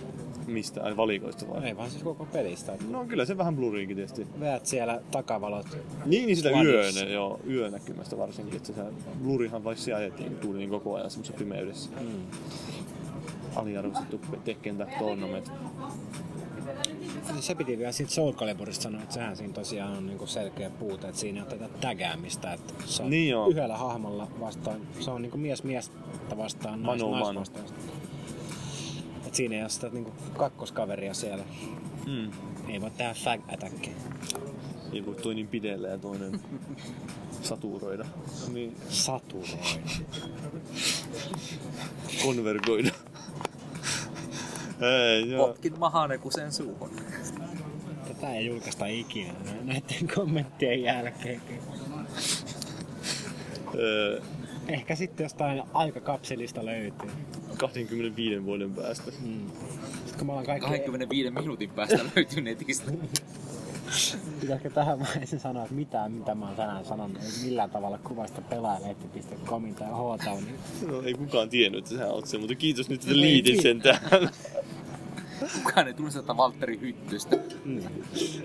C: Mistä? Ai valikoista vai?
B: Ei vaan siis koko pelistä. että
C: No kyllä se vähän bluriinkin tietysti.
B: Veät siellä takavalot.
C: Niin, niin sitä
B: Ladissa.
C: yönä, joo, yönäkymästä varsinkin. Että se blurihan vai se ajettiin tuuliin koko ajan semmoisessa pimeydessä.
B: Mm.
C: Aliarvostettu Tekken Tag Tournament.
B: Niin Se piti vielä siitä Soul Caliburista sanoa, että sehän siinä tosiaan on niinku selkeä puute, että siinä ei ole tätä tägäämistä, että se on
C: Niin joo.
B: yhdellä hahmolla vastaan, se on niinku mies miestä vastaan, nais,
C: Manu
B: nais
C: Manu.
B: vastaan. Et siinä ei ole sitä niinku kakkoskaveria siellä.
C: Mm.
B: Ei voi tehdä fag attackia.
C: Ei voi toinen pidellä ja toinen saturoida. Niin,
B: Saturoin.
C: konvergoida. Ei, joo.
A: Potkin mahane kun sen suuhun.
B: Tätä ei julkaista ikinä näiden kommenttien jälkeen.
C: Öö,
B: Ehkä sitten jostain aikakapselista löytyy.
C: 25 vuoden päästä.
B: Mm. Sitten kun me ollaan kaikki...
A: 25 minuutin päästä löytyy netistä.
B: Pitääkö tähän vaiheeseen sanoa, että mitään, mitä mä oon tänään sanonut, ei millään tavalla kuvasta pelaajalehti.comin tai h niin
C: No, ei kukaan tiennyt, että sä oot se, mutta kiitos nyt, että
B: No Ei,
C: liitit
B: kiitos.
C: sen tähän.
A: Kukaan ei tunnista tätä Valtteri Hyttystä.
C: Mm.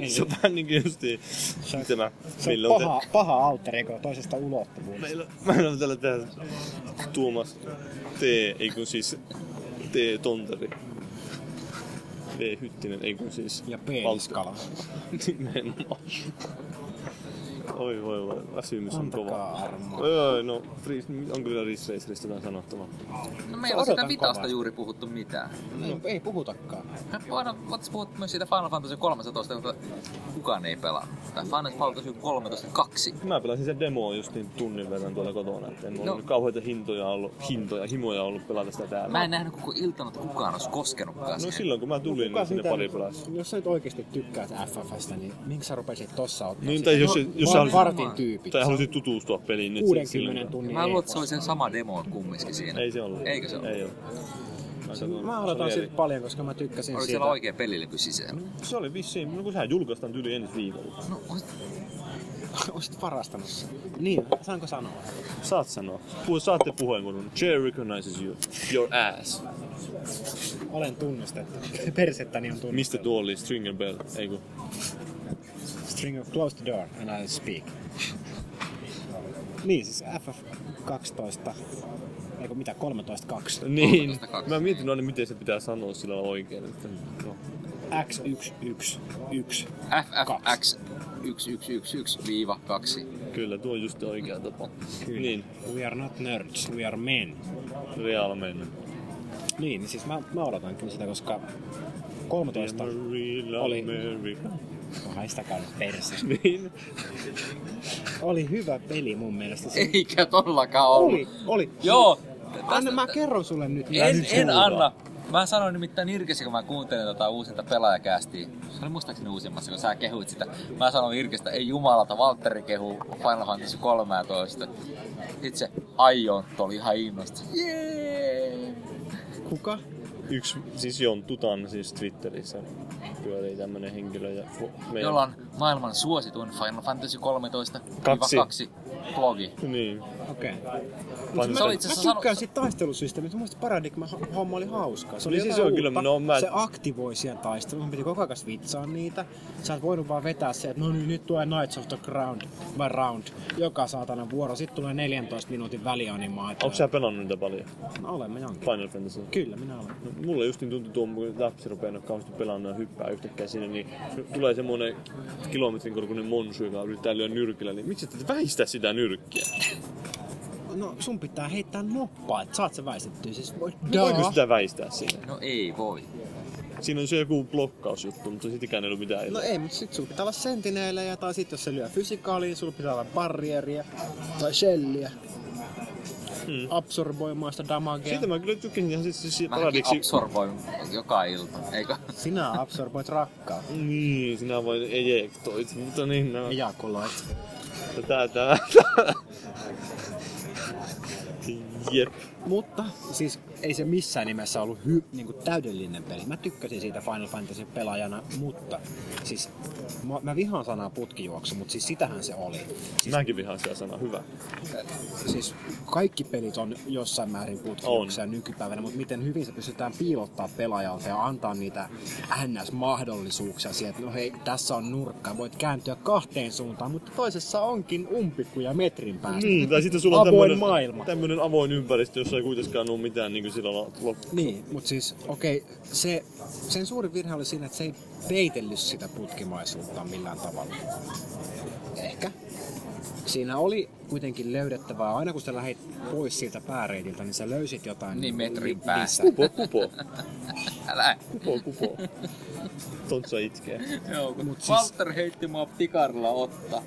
C: Se on vähän niin kuin justiin
B: Se-
C: tämä.
B: Se
C: millä
B: on
C: te-
B: paha, paha alter ego toisesta ulottuvuudesta.
C: Meillä, meillä on täällä tää Tuomas T, ei kun siis T Tontari. V Hyttinen, ei kun siis
B: Ja
C: Valtteri.
B: peeniskala.
C: Nimenomaan. Oi voi voi, väsymys on kova.
B: Antakaa armoa.
C: Oi, oi, no, Freeze- on kyllä Ridge Racerista jotain sanottavaa.
A: No me ei ole sitä
B: Odotan
A: vitasta
B: kovasti.
A: juuri puhuttu mitään.
B: No, ei puhutakaan.
A: Me voidaan, voitais puhua myös siitä Final Fantasy 13, jota kukaan ei pelaa. Tai Final Fantasy 13 2.
C: Mä pelasin sen demoa just niin tunnin verran tuolla kotona, että en mulla
A: No.
C: no. kauheita hintoja ollut, hintoja, himoja ollut pelata sitä täällä.
A: Mä en nähnyt koko iltana, että kukaan olisi koskenutkaan
C: No
A: siihen.
C: silloin kun mä tulin,
B: Kuka niinku- No
C: niin sinne
B: sitä-
C: pari pelasi.
B: Jos sä nyt oikeesti tykkäät FFstä, niin miksi sä rupesit tossa ottaa?
C: Niin,
B: sitä?
C: tai jos,
A: No,
C: jos
B: Mä
C: sä
B: oon
A: haluat-
C: halusit,
B: vartin tyyppi.
C: tai halusit tutustua peliin nyt. se-
B: 60 tunnin
A: Mä luulen, että se
B: e-posti.
A: oli se sama demo kumminkin siinä.
C: Ei se ollut.
A: Eikö se ollut?
C: Ei ole.
B: Mä odotan siitä paljon, koska mä tykkäsin
A: Oliko
B: siitä.
A: siellä oikea pelilevy sisällä?
C: Se oli vissiin, no kun sehän julkaistaan tyyli ensi viikolla.
A: No, ois-
B: Oisit varastanut sen. Niin, saanko sanoa?
C: Saat sanoa. Puhu, saatte puheenvuoron. Chair recognizes you. Your ass.
B: Olen tunnistettu. Persettäni on
C: Mistä
B: tunnistettu.
C: tuo oli? Stringer Bell. Eiku.
B: String of close the door and I'll speak. niin, siis FF12, eikö mitä, 13, 2.
C: Niin.
A: 13.2.
C: Mä mietin aina, miten se pitää sanoa sillä lailla oikein. Että, no.
B: X111.
A: FFX 1111-2.
C: Kyllä, tuo on just oikea tapa.
B: Kyllä.
C: Niin.
B: We are not nerds, we are men.
C: Real men.
B: Niin, niin siis mä, mä odotan kyllä sitä, koska 13
A: Niin,
C: Real
B: Oli.
C: America.
B: haistakaa nyt perse.
C: Niin.
B: Oli hyvä peli mun mielestä. Se
A: Eikä todellakaan
B: oli,
A: ollut.
B: oli.
A: Joo.
B: Anna mä kerron sulle nyt.
A: En,
B: nyt
A: en
B: sulle.
A: anna. Mä sanoin nimittäin Irkessä, kun mä kuuntelin tätä uusinta pelaajakästiä. Se oli muistaakseni uusimmassa, kun sä kehuit sitä. Mä sanoin Irkestä, ei jumalata, Valtteri kehuu Final Fantasy 13. Sitten se Aionto oli ihan innostunut. Jee!
B: Kuka?
C: Yksi, siis Jon Tutan, siis Twitterissä pyörii tämmönen henkilö. Ja fu- meidän-
A: Jolla on maailman suosituin Final Fantasy 13
C: Kaksi.
A: 2 blogi.
C: Niin.
B: Okei. Okay.
C: Vaan
A: Se oli
B: Mä
A: itse asiassa
B: tykkään
A: sanonut...
B: siitä taistelusysteemistä. Mun mielestä Paradigma-homma oli hauska. Se oli
C: Niin siis
B: jotain
C: on kyllä,
B: uutta.
C: no mä-
B: Se aktivoi siellä taistelua. Mun piti koko ajan vitsaa niitä. Sä et voinut vaan vetää se, että no niin, nyt tulee Knights of the Ground vai Round. Joka saatana vuoro. Sitten tulee 14 minuutin välianimaatio.
C: Onko sä pelannut niitä paljon?
B: No, olen mä jonkin.
C: Final Fantasy?
B: Kyllä, minä olen.
C: No, mulle just niin tuntuu tuo, kun lapsi rupeaa nyt kauheasti pelaamaan ja hyppää yhtäkkiä sinne, niin tulee semmonen kilometrin korkuinen monsu, joka yrittää lyödä nyrkillä, niin miksi et väistä sitä nyrkkiä?
B: No, sun pitää heittää noppaa, että saat se väistettyä. Siis voi...
C: Voiko
B: Jaa.
C: sitä väistää siinä?
A: No ei voi.
C: Siinä on se joku blokkausjuttu, mutta sitäkään ei ollut mitään
B: No
C: ilmaa.
B: ei, mutta sit sun pitää olla sentineilejä, tai sit jos se lyö fysikaaliin, sulla pitää olla barrieria tai shelliä.
C: Mm.
B: Absorboimaan sitä damagea.
C: Siitä mä kyllä tykkäsin ihan siis, siis siis
A: Mäkin
C: paradiksi.
A: absorboin joka ilta, eikö?
B: Sinä absorboit rakkautta.
C: Niin, sinä vain ejektoit, mutta niin nämä.
B: Ejakuloit.
C: Tää, tää, tää. Jep.
B: Mutta siis ei se missään nimessä ollut hy- niinku täydellinen peli. Mä tykkäsin siitä Final Fantasy pelaajana, mutta siis mä, mä vihaan sanaa putkijuoksu, mutta siis sitähän se oli. Siis,
C: Mäkin vihaan sitä sanaa, hyvä.
B: siis kaikki pelit on jossain määrin putkijuoksia nykypäivänä, mutta miten hyvin se pystytään piilottaa pelaajalta ja antaa niitä NS-mahdollisuuksia siihen, että no hei, tässä on nurkka, voit kääntyä kahteen suuntaan, mutta toisessa onkin umpikuja metrin päästä.
C: Mm, tai sitten sulla on
B: Avoin
C: tämmönen,
B: maailma.
C: tämmönen avoin ympäristö, jossa ei kuitenkaan ole mitään niin kuin sillä lailla lop-
B: Niin, mutta siis okei, se, sen suurin virhe oli siinä, että se ei peitellyt sitä putkimaisuutta millään tavalla. Ehkä. Siinä oli kuitenkin löydettävää, aina kun sä lähdit pois siltä pääreitiltä, niin sä löysit jotain. niinku
A: Niin, metrin
B: li-
A: päästä.
B: lisää.
C: kupo, kupo,
A: Älä.
C: kupo, kupo. Tontsa itkee.
A: Joo, kun
B: Mut siis-
A: Walter heitti mua pikarilla otta.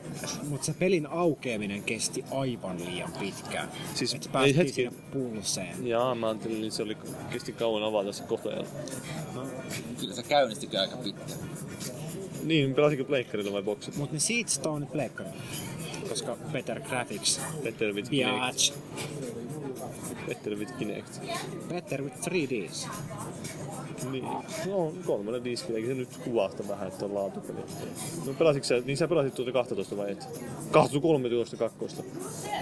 B: Mutta se pelin aukeaminen kesti aivan liian pitkään.
C: Siis
B: Et
C: ei
B: päästiin
C: hetki.
B: siinä pulseen.
C: Jaa, mä ajattelin, että se oli, kesti kauan avata se koteella.
A: Kyllä se käynnistikin aika pitkä.
C: Niin, pelasiko pleikkarilla vai boksit?
B: Mutta ne Seedstone Black koska Better Graphics.
C: Better with Kinect.
B: Biatch.
C: Better with Kinect.
B: Better with 3Ds.
C: Niin. No, kolmella diskillä. Eikö se nyt kuvasta vähän, että on laatupeli? No pelasitko sä, niin sä pelasit tuota 12 vai et? 13 kakkosta.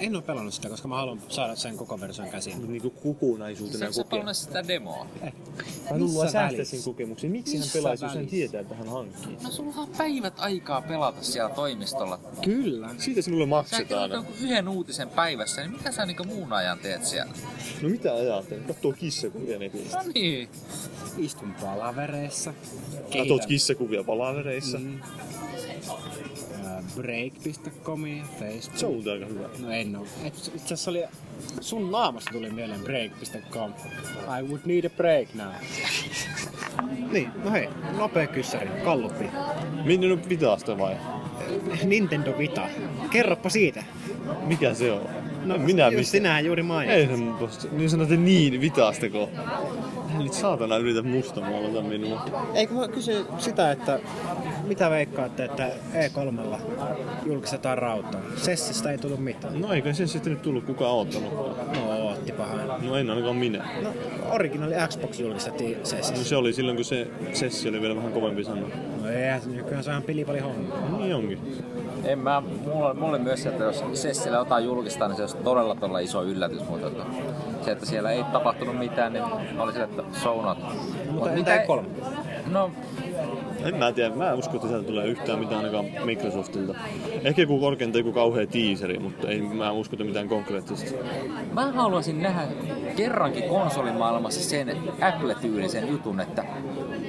B: En oo pelannut sitä, koska mä haluan saada sen koko version käsiin.
C: Niin kuin kokonaisuutena
A: Sä, sä
C: kokea.
A: pelannut sitä demoa.
C: Mä haluan
B: Missä
C: säästää
B: välissä?
C: sen kokemuksen. Miksi hän
B: Missä
C: pelaisi, jos hän
B: välissä?
C: tietää, että hän hankkii?
A: No sulla on päivät aikaa pelata siellä toimistolla.
B: Kyllä.
C: Siitä sinulle
A: Sä kerrot
C: maksetaan.
A: jonkun yhden uutisen päivässä, niin mitä sä niinku muun ajan teet siellä?
C: No mitä ajattelet? Kattoo kissakuvia netistä.
A: No niin.
B: Istun palavereissa.
C: Katsoit kissakuvia palavereissa. Mm.
B: Mm. Ää, Break.comia, Facebook.
C: Se on muuten aika hyvä.
B: No en oo. Et Itse asiassa oli... Sun naamasta tuli mieleen break.com. I would need a break now. niin, no hei, nopea kyssäri, kalluppi.
C: Minne on vitasta vai?
B: Nintendo Vita. Kerropa siitä.
C: Mikä se on? No, minä
B: just sinähän juuri mainitsit.
C: Ei se mun posta. Niin sanotte niin vitastako. Älä nyt saatana yritä musta maalata minua.
B: Eikö mä kysy sitä, että mitä veikkaatte, että E3 julkistetaan rautaa? Sessistä ei tullut mitään.
C: No eikö se sitten nyt tullut kukaan ottanut?
B: No, otti pahan.
C: No en ainakaan minä.
B: No, originaali Xbox julkistettiin
C: No
B: sessistä.
C: se oli silloin kun se sessi oli vielä vähän kovempi sana.
B: No eihän, se- nykyään se on pilipali homma.
C: No Niin onkin.
A: En mä, mulla, mulla oli myös se, että jos Sessillä jotain julkistaa, niin se olisi todella todella iso yllätys, mutta että se, että siellä ei tapahtunut mitään, niin mä olin sillä, että so not.
B: Mutta
A: Mut
B: entä ei kolme?
A: No,
C: En mä tiedä, mä en usko, että sieltä tulee yhtään mitään ainakaan Microsoftilta. Ehkä joku korkeinta joku kauhea tiiseri, mutta ei mä usko, että mitään konkreettista.
A: mä haluaisin nähdä kerrankin konsolimaailmassa sen Apple-tyylisen jutun, että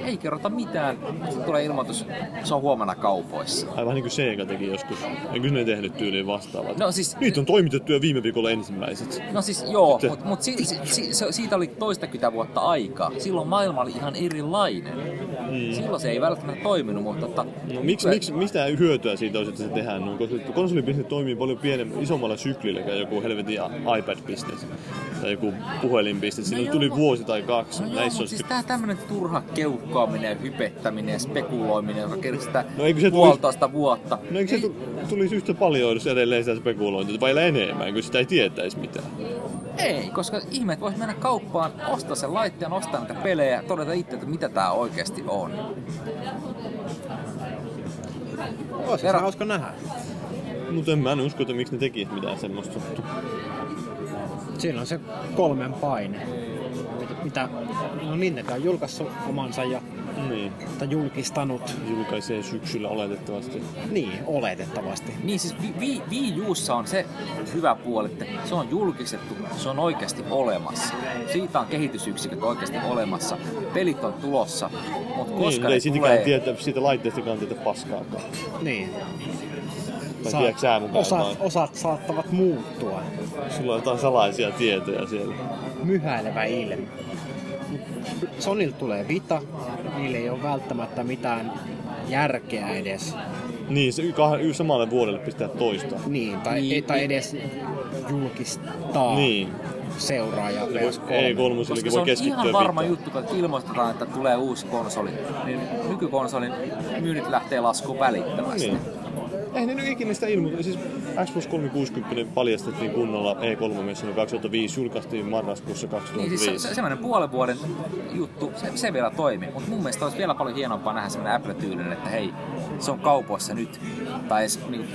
A: ei kerrota mitään, sitten tulee ilmoitus, se on huomenna kaupoissa.
C: Aivan niin kuin Sega teki joskus. Eikö ne tehnyt tyyliin vastaavaa?
A: No siis-
C: Niitä on toimitettu jo viime viikolla ensimmäiset.
A: No siis joo,
C: Te-
A: mutta mut si, si, si, se- siitä oli toistakymmentä vuotta aikaa. Silloin maailma oli ihan erilainen. Mm. Silloin se ei välttämättä toiminut, mutta... Että,
C: Niin. No, miksi, miksi, mitä hyötyä siitä olisi, että se tehdään noin? Koska konsolibisnes toimii paljon pienemmän, isommalla syklillä kuin joku helvetin iPad-bisnes tai joku puhelinbisnes. Siinä
A: joo,
C: tuli
A: mut-
C: vuosi tai kaksi.
A: No joo,
C: Näissä
A: mutta
C: on
A: siis
C: sitten
A: tää tämmönen turha keuhkoaminen ja hypettäminen ja spekuloiminen, joka kestää
C: No eikö se tulisi-
A: puolitoista vuotta.
C: No eikö se tu- tulisi yhtä paljon, jos edelleen sitä spekulointia, vai enemmän, kun sitä ei tietäisi mitään?
A: Ei, koska ihmeet vois mennä kauppaan, ostaa sen laitteen, ostaa niitä pelejä ja todeta itse, että mitä tää oikeasti on.
B: Ois se
A: Verrat-
B: hauska nähdä.
C: Mutta en mä en usko, että miksi ne tekisivät mitään semmoista.
B: Siinä on se kolmen paine. Mit- Mitä, no Nintendo on julkaissut omansa ja
C: Niin,
B: tai julkistanut.
C: julkaisee syksyllä oletettavasti.
B: Niin, oletettavasti.
A: Niin siis Vi- Vi- Wii Ussa on se hyvä puoli, että se on julkistettu, se on oikeasti olemassa. Siitä on kehitysyksiköt oikeasti olemassa. Pelit on tulossa, mutta
C: Koska niin,
A: koska
C: mutta ei
A: ne
C: siitäkään
A: tulee...
C: tietä, siitä laitteestakaan tietä paskaakaan.
B: Niin.
C: Vai tiedätkö sä mukaan vai?
B: osat, osat saattavat muuttua.
C: Sulla on jotain salaisia tietoja siellä.
B: Myhäilevä ilme. Sonilta tulee vita. Niillä ei ole välttämättä mitään järkeä edes.
C: Niin, se y- kah- y- samalle vuodelle pistää toista.
B: Niin, tai,
A: Niin,
B: niin, tai edes julkistaa
C: Niin.
B: seuraajaa.
C: Ei
B: kolme.
A: Koska
C: kolmosellekin
A: se
C: voi
A: on
C: keskittyä
A: ihan varma
C: vittaan.
A: juttu, kun ilmoitetaan, että tulee uusi konsoli, niin nykykonsolin myynnit lähtee laskuun välittömästi.
C: Niin. Ei ne nyt ikinä sitä ilmoita. Siis Xbox 360 paljastettiin kunnolla E E3-messalla 2005, julkaistiin marraskuussa
A: Niin
C: 2005.
A: siis se, se, semmoinen puolen vuoden juttu, se, se vielä toimii. Mutta mun mielestä olisi vielä paljon hienompaa nähdä semmoinen Apple-tyylinen, että hei, se on kaupoissa nyt. Tai edes niin,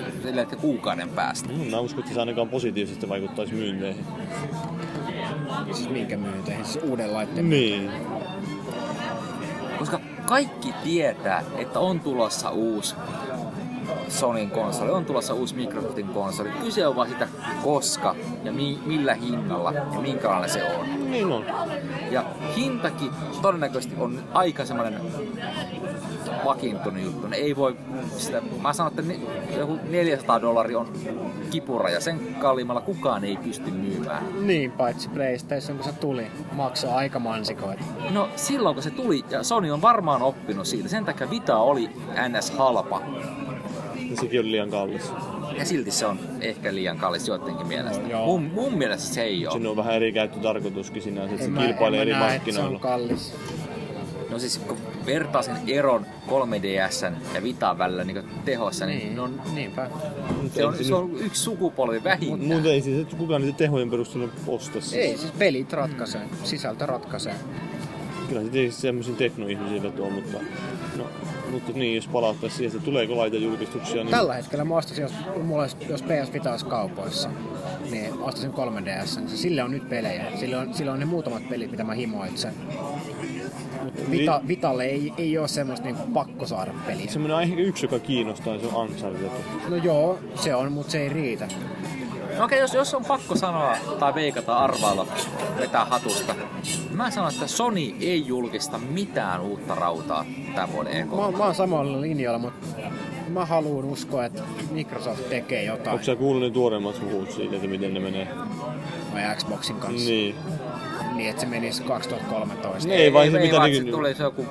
A: kuukauden päästä.
C: Mm, mä uskon, että se ainakaan positiivisesti vaikuttaisi myynteihin.
B: Siis minkä myynteihin? Siis uuden laitteen.
C: Niin.
A: Koska kaikki tietää, että on tulossa uusi Sonyn konsoli, on tulossa uusi Microsoftin konsoli. Kyse on vaan sitä, koska ja mi- millä hinnalla ja minkälainen se on.
C: Niin on.
A: Ja hintakin todennäköisesti on aika semmoinen vakiintunut juttu. Ne ei voi sitä, mä sanon, että ne, joku 400 dollaria on kipuraja. Sen kalliimmalla kukaan ei pysty myymään.
B: Niin, paitsi PlayStation, kun se tuli, maksaa aika mansikoita.
A: No silloin kun se tuli, ja Sony on varmaan oppinut siitä, sen takia Vita oli ns. halpa.
C: Ja sekin oli liian kallis.
A: Ja silti se on ehkä liian kallis joidenkin mielestä.
B: joo.
A: Mun, mun mielestä se ei ole.
C: Siinä on vähän eri käyttötarkoituskin sinänsä, että se
B: En mä-
C: kilpailee
B: en
C: eri
B: mä näe, että Se on
C: markkinoilla.
B: kallis.
A: No No siis kun vertaa sen eron 3DSn ja Vitan välillä niin tehossa, niin, niin.
B: Niin,
A: Ne on,
B: niinpä.
A: se, on, se on yksi sukupolvi vähintään.
C: Mutta ei siis kukaan niitä tehojen perusteella osta. Siis.
B: Ei, siis pelit ratkaisee, sisältö ratkaisee.
C: Kyllä se tietysti semmoisia teknoihmisiä tuo, mutta... No, mutta niin, jos palauttaisiin siihen, että tuleeko laita julkistuksia, niin...
B: Tällä hetkellä mä ostaisin, jos, mulla olisi, jos PS Vita olisi kaupoissa, niin ostaisin 3DS. niin se- Sille on nyt pelejä. Sille on, sille on ne muutamat pelit, mitä mä himoitsen. Vita, Vitalle ei, ei ole semmoista niin pakko saada peliä.
C: Semmoinen aihe yksi, joka kiinnostaa, se on Uncharted.
B: No joo, se on, mutta se ei riitä.
A: No okei, jos, jos on pakko sanoa tai veikata arvailla, vetää hatusta. Mä sanon, että Sony ei julkista mitään uutta rautaa tämän vuoden E
B: Mä,
A: ekoon.
B: oon- mä oon samalla linjalla, mutta mä haluan uskoa, että Microsoft tekee jotain
C: Onko sä kuullut ne tuoreimmat huhut siitä, että miten ne menee?
B: vai Xboxin kanssa, niin.
C: Niin.
B: niin että se menisi 2013.
C: Ei, vai se
A: ei,
C: mitä
A: vaan,
C: nekin...
A: se tuli se joku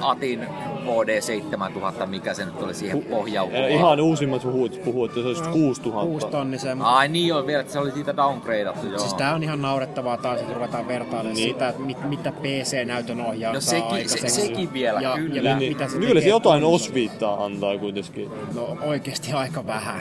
A: Atin HD 7000, mikä se nyt oli siihen pohjautuva.
C: Ja Ihan uusimmat huhut puhuu, että se
B: No,
C: olisi 6000.
B: Kuusi tonniseen, mutta
A: Ai niin joo, vielä, että se oli siitä downgradeattu, joo.
B: Siis tää on ihan naurettavaa taas, että ruvetaan vertailemaan
C: Niin.
B: niin. sitä, että mit, mitä PC-näytön ohjaa
A: No
B: saa
A: sekin, se,
B: aikaiseksi.
A: sekin vielä,
B: ja,
A: kyllä.
B: Ja
C: Niin, niin,
B: mitä se
C: kyllä se
B: tekee
C: jotain
B: konsolissa.
C: osviittaa antaa kuitenkin.
B: No oikeesti aika vähän.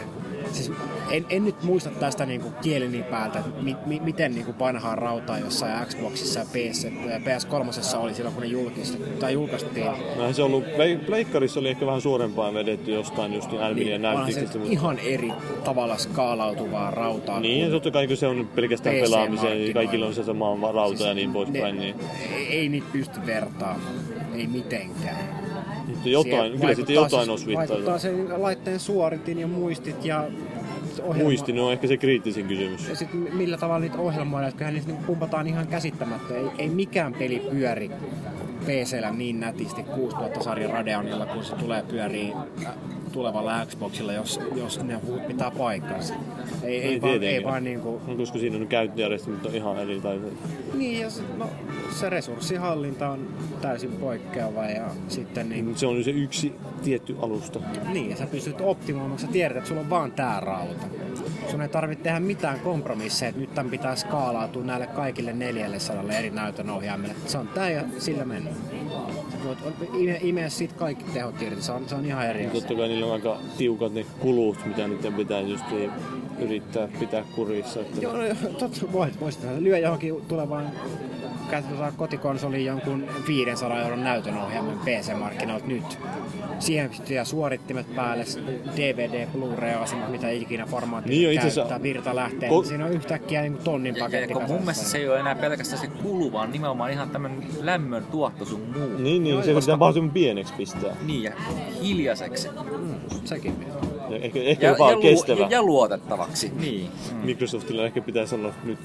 B: Siis en, en nyt muista tästä niinku kieleni päältä, että mi, mi, miten niinku vanhaa rautaa jossain Xboxissa ja PS, ja PS3 oli silloin, kun ne julkistettiin, tai julkaistiin.
C: Näin se on ollut, Plei- pleikkarissa oli ehkä vähän suorempaan vedetty jostain just niin Albinia
B: Niin, onhan se
C: näyttikistä, mutta...
B: ihan eri tavalla skaalautuvaa rautaa.
C: Niin, ja
B: kuin-
C: totta kai kun se on pelkästään
B: PC
C: pelaamiseen, ja
B: markkinoilla. Siis
C: kaikilla on se sama rauta ja niin
B: ne,
C: poispäin, niin...
B: ei, ei niitä pysty vertaamaan, ei mitenkään.
C: Mutta jotain,
B: Siellä
C: kyllä sitten
B: vaikuttaa
C: jotain
B: se-
C: osviittaa.
B: Vaikuttaa sen laitteen suoritin ja muistit ja ohjelma.
C: Muisti, ne on ehkä se kriittisin kysymys.
B: Ja sitten millä tavalla niitä ohjelmoidaan, että kyllähän niitä niinku pumpataan ihan käsittämättä. Ei, ei mikään peli pyöri PCllä niin nätisti 6000 sarjan Radeonilla, kun se tulee pyörii äh, tulevalla Xboxilla, jos, jos ne huut pitää paikkansa. Ei, ei,
C: Niin,
B: vaan, ei
C: tietenkin.
B: vaan niinku...
C: No, koska siinä on käyttäjärjestelmät on ihan eri tai
B: Niin, ja se, no, se resurssihallinta on täysin poikkeava ja sitten niin
C: se on se yksi tietty alusta.
B: Niin, ja sä pystyt optimoimaan, kun sä tiedät, että sulla on vaan tää rauta. Sun ei tarvitse tehdä mitään kompromisseja, että nyt tämän pitää skaalautua näille kaikille 400 eri näytön ohjaimille. Se on tää ja sillä mennään. Sä voit ime, imeä siitä kaikki tehot irti, se on, se on ihan eri asia.
C: Totta kai niillä on aika tiukat ne kulut, mitä niiden pitää just niin yrittää pitää kurissa. Että
B: Joo, no, joo, totta, voit, voisit tehdä. lyö johonkin tulevaan käytetään kotikonsoliin jonkun 500 euron näytön ohjaimen PC-markkinoilta nyt. Siihen pitää suorittimet päälle, DVD, Blu-ray-asemat, mitä ikinä formaatti
C: Niin jo, itse asiassa-
B: käyttää, virta lähtee.
C: Ko-
B: Ko- Siinä on yhtäkkiä niin tonnin
A: Ja, ja
B: paketti
A: kun mun
B: kasassa.
A: mielestä se ei ole enää pelkästään se kulu, vaan nimenomaan ihan tämän lämmön tuotto sun muu.
C: Niin, niin,
B: Joo,
C: se
B: koska-
C: pitää mahdollisimman pieneksi pistää.
A: Niin, ja hiljaiseksi.
B: Mm, sekin pitää.
C: Ja ehkä, ehkä
A: Ja,
C: jopa
A: ja,
C: kestävä.
A: ja, ja luotettavaksi. Niin.
C: Microsoftilla ehkä pitää sanoa nyt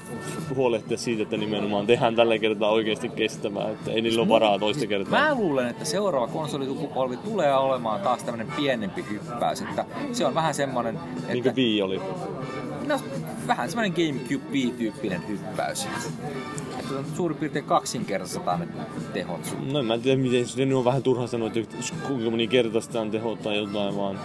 C: huolehtia siitä, että nimenomaan tehdään tällä kertaa oikeasti kestävää, että ei
B: Siis
C: niillä ole varaa toista kertaa.
A: Mä luulen, että seuraava konsolisukupolvi tulee olemaan taas tämmönen pienempi hyppäys. Että se on vähän semmonen,
C: Niin
A: että
C: kuin Wii oli.
A: no, vähän semmonen GameCube V-tyyppinen hyppäys. Että on suurin piirtein kaksinkertaistetaan ne tehot sun.
C: No en mä tiedä, miten se nyt on vähän turha sanoa, että kuinka moni kertaistaan teho tai jotain, vaan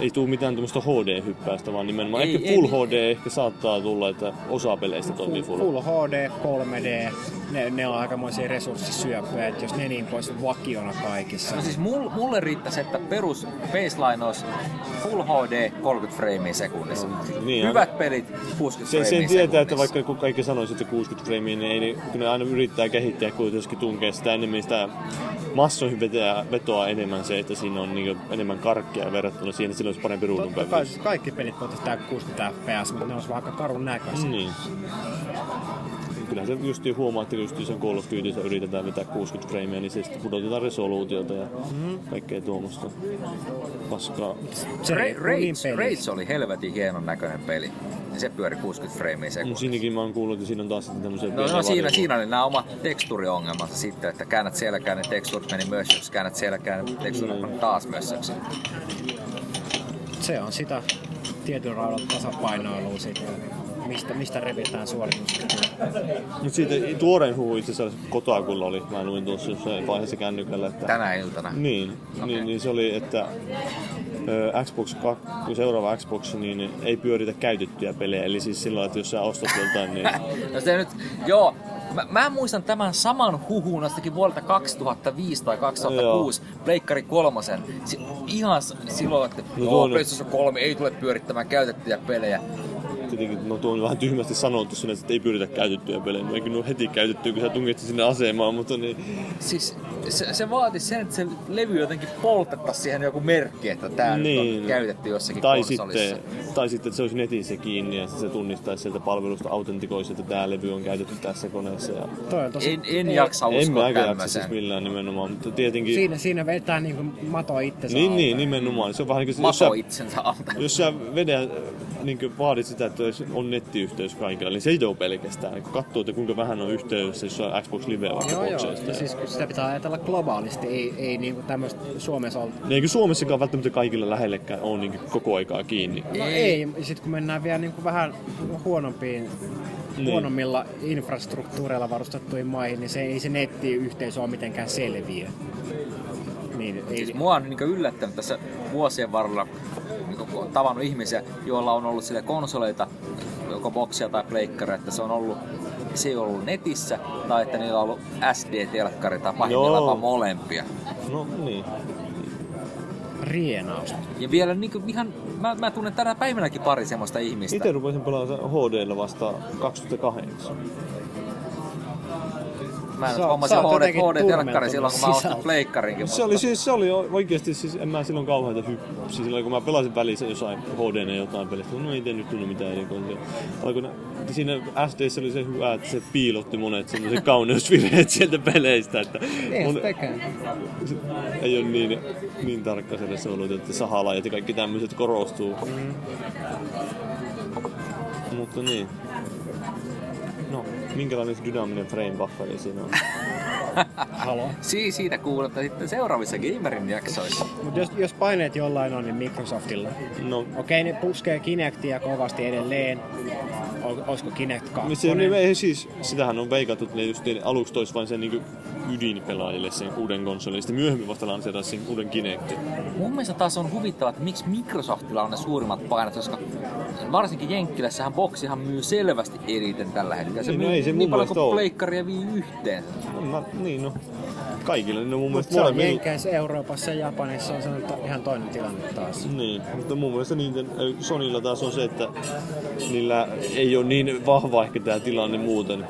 C: ei tule mitään tämmöistä HD-hyppäystä, vaan nimenomaan
A: Ei,
C: ei, ehkä
A: ei,
C: Full
A: niin.
C: HD ehkä saattaa tulla, että osa peleistä toimii
B: Full,
C: Full,
B: full HD, 3D, ne, ne on aikamoisia resurssisyöpöjä, että jos ne niin pois vakiona kaikissa.
A: No siis mul, mulle riittäisi, että perus baseline olisi Full HD 30 framea sekunnissa.
C: niin,
A: Hyvät pelit 60
C: Se, sen
A: framea
C: tietää, että
A: sekunnissa.
C: vaikka kun kaikki sanoisi, että 60 framea, niin ei, ne- kun ne aina yrittää kehittää kuitenkin tunkea sitä enemmän sitä massoihin vetää, vetoa enemmän se, että siinä on niin enemmän karkkia verrattuna siihen, että sillä olisi parempi
B: Totta kai
C: ruudunpäivä.
B: siis kaikki pelit voitaisiin tehdä 60 FPS, mutta ne olisi vaikka karun näköisiä.
C: Niin. Niin Kyllähän se just huomaa, että just sen Call of Dutyssä yritetään vetää 60 freimiä, niin se sitten pudotetaan resoluutiota ja
A: Mm-hmm.
C: kaikkea tuommoista paskaa.
B: Se
A: Ra-
B: riippuu niin
A: Rage,
B: pelistä.
A: Rage oli helvetin hienon näköinen peli. Ja se pyöri 60 framea
C: Mutta
A: sekunnissa.
C: Niin, siinäkin mä oon kuullut, että siinä on taas sitten tämmöisiä
A: No,
C: pieniä
A: no siinä,
C: varjoja.
A: siinä oli nämä omat tekstuuriongelmansa sitten, että käännät selkään, niin tekstuurit meni mössöksi, käännät selkään, niin tekstuurit meni taas mössöksi.
B: Se on sitä tietyn raudan tasapainoilua sitten, mistä, mistä revitään suoritus.
C: Mut siitä tuoreen huhu itse asiassa kotakulla oli, mä luin tuossa jossain vaiheessa kännykällä, että...
A: Tänä iltana.
C: Niin, okay. niin, niin se oli, että ö, Xbox 2, seuraava Xbox, niin ei pyöritä käytettyjä pelejä. Eli siis sillä lailla, että jos sä ostat joltain, niin
A: No se nyt, joo, Mä, mä muistan tämän saman huhun jostakin vuodelta 2005 tai 2006, Pleikkari kolmosen. Si- ihan s- silloin, että
C: No
A: no, joo,
C: tuonne.
A: PlayStation 3 ei tule pyörittämään käytettyjä pelejä.
C: Tietenkin, no tuo on vähän tyhmästi sanottu sinne, että ei pyritä käytettyjä pelejä. No, Mä kyllä heti käytettyä, kun sä tunget sinne asemaan, mutta niin,
A: Siis se, se vaati sen, että se levy jotenkin poltettaisiin siihen joku merkki, että tämä niin.
C: Niin.
A: on käytetty jossakin
C: tai
A: konsolissa.
C: sitten, tai sitten, että se olisi netissä kiinni ja se tunnistaisi sieltä palvelusta autentikoisi, että tämä levy on käytetty tässä koneessa. Ja
B: Toi on tosi...
A: En, en jaksa
C: en mä
A: uskoa
C: aika jaksa siis
A: tämmöiseen.
C: millään nimenomaan, mutta tietenkin...
B: Siinä, siinä vetää niin kuin mato itsensä
C: niin,
B: alta.
C: niin, nimenomaan. Se on vähän niin kuin, jos sä,
A: Mato itsensä alta.
C: jos sä vedä, niin vaadit sitä, että olisi- on nettiyhteys kaikilla, niin se ei ole pelkästään. Kun katsoo, että kuinka vähän on yhteydessä, jos on Xbox Live vaikka
B: Joo, joo.
C: boxeista.
B: Ja siis kun sitä pitää ajatella globaalisti, ei, ei niinku tämmöistä Suomessa ole.
C: Niin Eikö Suomessakaan välttämättä kaikilla lähellekään ole niin koko aikaa kiinni?
B: No ei, ei. sitten kun mennään vielä niinku vähän huonompiin,
C: Niin.
B: niin. huonommilla infrastruktuureilla varustettuihin maihin, niin se ei se nettiyhteisö ole mitenkään selviö. Niin, ei,
A: Siis mua on niin yllättänyt tässä vuosien varrella, niin kun olen tavannut ihmisiä, joilla on ollut sille konsoleita, joko boksia tai pleikkaria, että se on ollut se ei ollut netissä, tai että niillä on ollut SD-telkkari tai pahimmillaan
C: Joo.
A: jopa molempia.
C: No niin.
B: rienaus.
A: Ja vielä niin ihan, mä, mä tunnen tänä päivänäkin pari semmoista ihmistä.
C: Itse rupesin pelaamaan hd vasta 2008.
A: Mä en
B: Sä oot-
A: hommasin
B: sä oot
A: HD,
B: jotenkin
A: HD-telkkari
B: turmeltunut
A: silloin, kun mä ostin
B: sisältä.
A: pleikkarinkin.
C: Se oli, siis, se oli o- oikeasti, siis en mä silloin kauheita hyppiä. Silloin kun mä pelasin välissä jossain hd jotain pelistä, no ei te nyt tunnu mitään erikoisia. Alkoi nä- siinä SD oli se hyvä, että se piilotti monet semmoiset kauneusvirheet sieltä peleistä. Että
B: Ei
C: mon-
B: se tekee.
C: se ei ole niin, niin tarkka siellä se ollut, että sahalajat ja kaikki tämmöiset korostuu. Mutta niin. No, minkälainen dynaaminen frame bufferi siinä on?
B: Halo.
A: Si- siitä kuulette sitten seuraavissa Gamerin jaksoissa.
B: Mut jos, jos paineet jollain on, niin Microsoftilla.
C: No,
B: Okei, ne puskee Kinectia kovasti edelleen. Ol, olisiko Kinect 2?
C: niin se, niin, ei, siis, sitähän on veikattu, että ne just niin, aluksi tois vain sen niin ydinpelaajille sen uuden konsolin, ja sitten myöhemmin vasta lanseerasi sen uuden Kinectin.
A: Mun mielestä taas on huvittavaa, että miksi Microsoftilla on ne suurimmat painot, koska varsinkin Jenkkilässähän boksihan myy selvästi eniten tällä hetkellä. Se
C: Niin, no
A: myy
C: ei se mun
A: niin paljon
C: mielestä
A: kuin
C: ole.
A: pleikkari ja vii yhteen.
C: No, mä, niin no, kaikille ne on niin- niinku- mun
B: Mut
C: mielestä
B: se on
C: molemmilla-
B: Jenkeissä, Euroopassa ja Japanissa on se nyt ihan toinen tilanne taas.
C: Niin, mutta mun mielestä niiden, äh, Sonilla taas on se, että niillä ei ole niin vahva ehkä tämä tilanne muuten.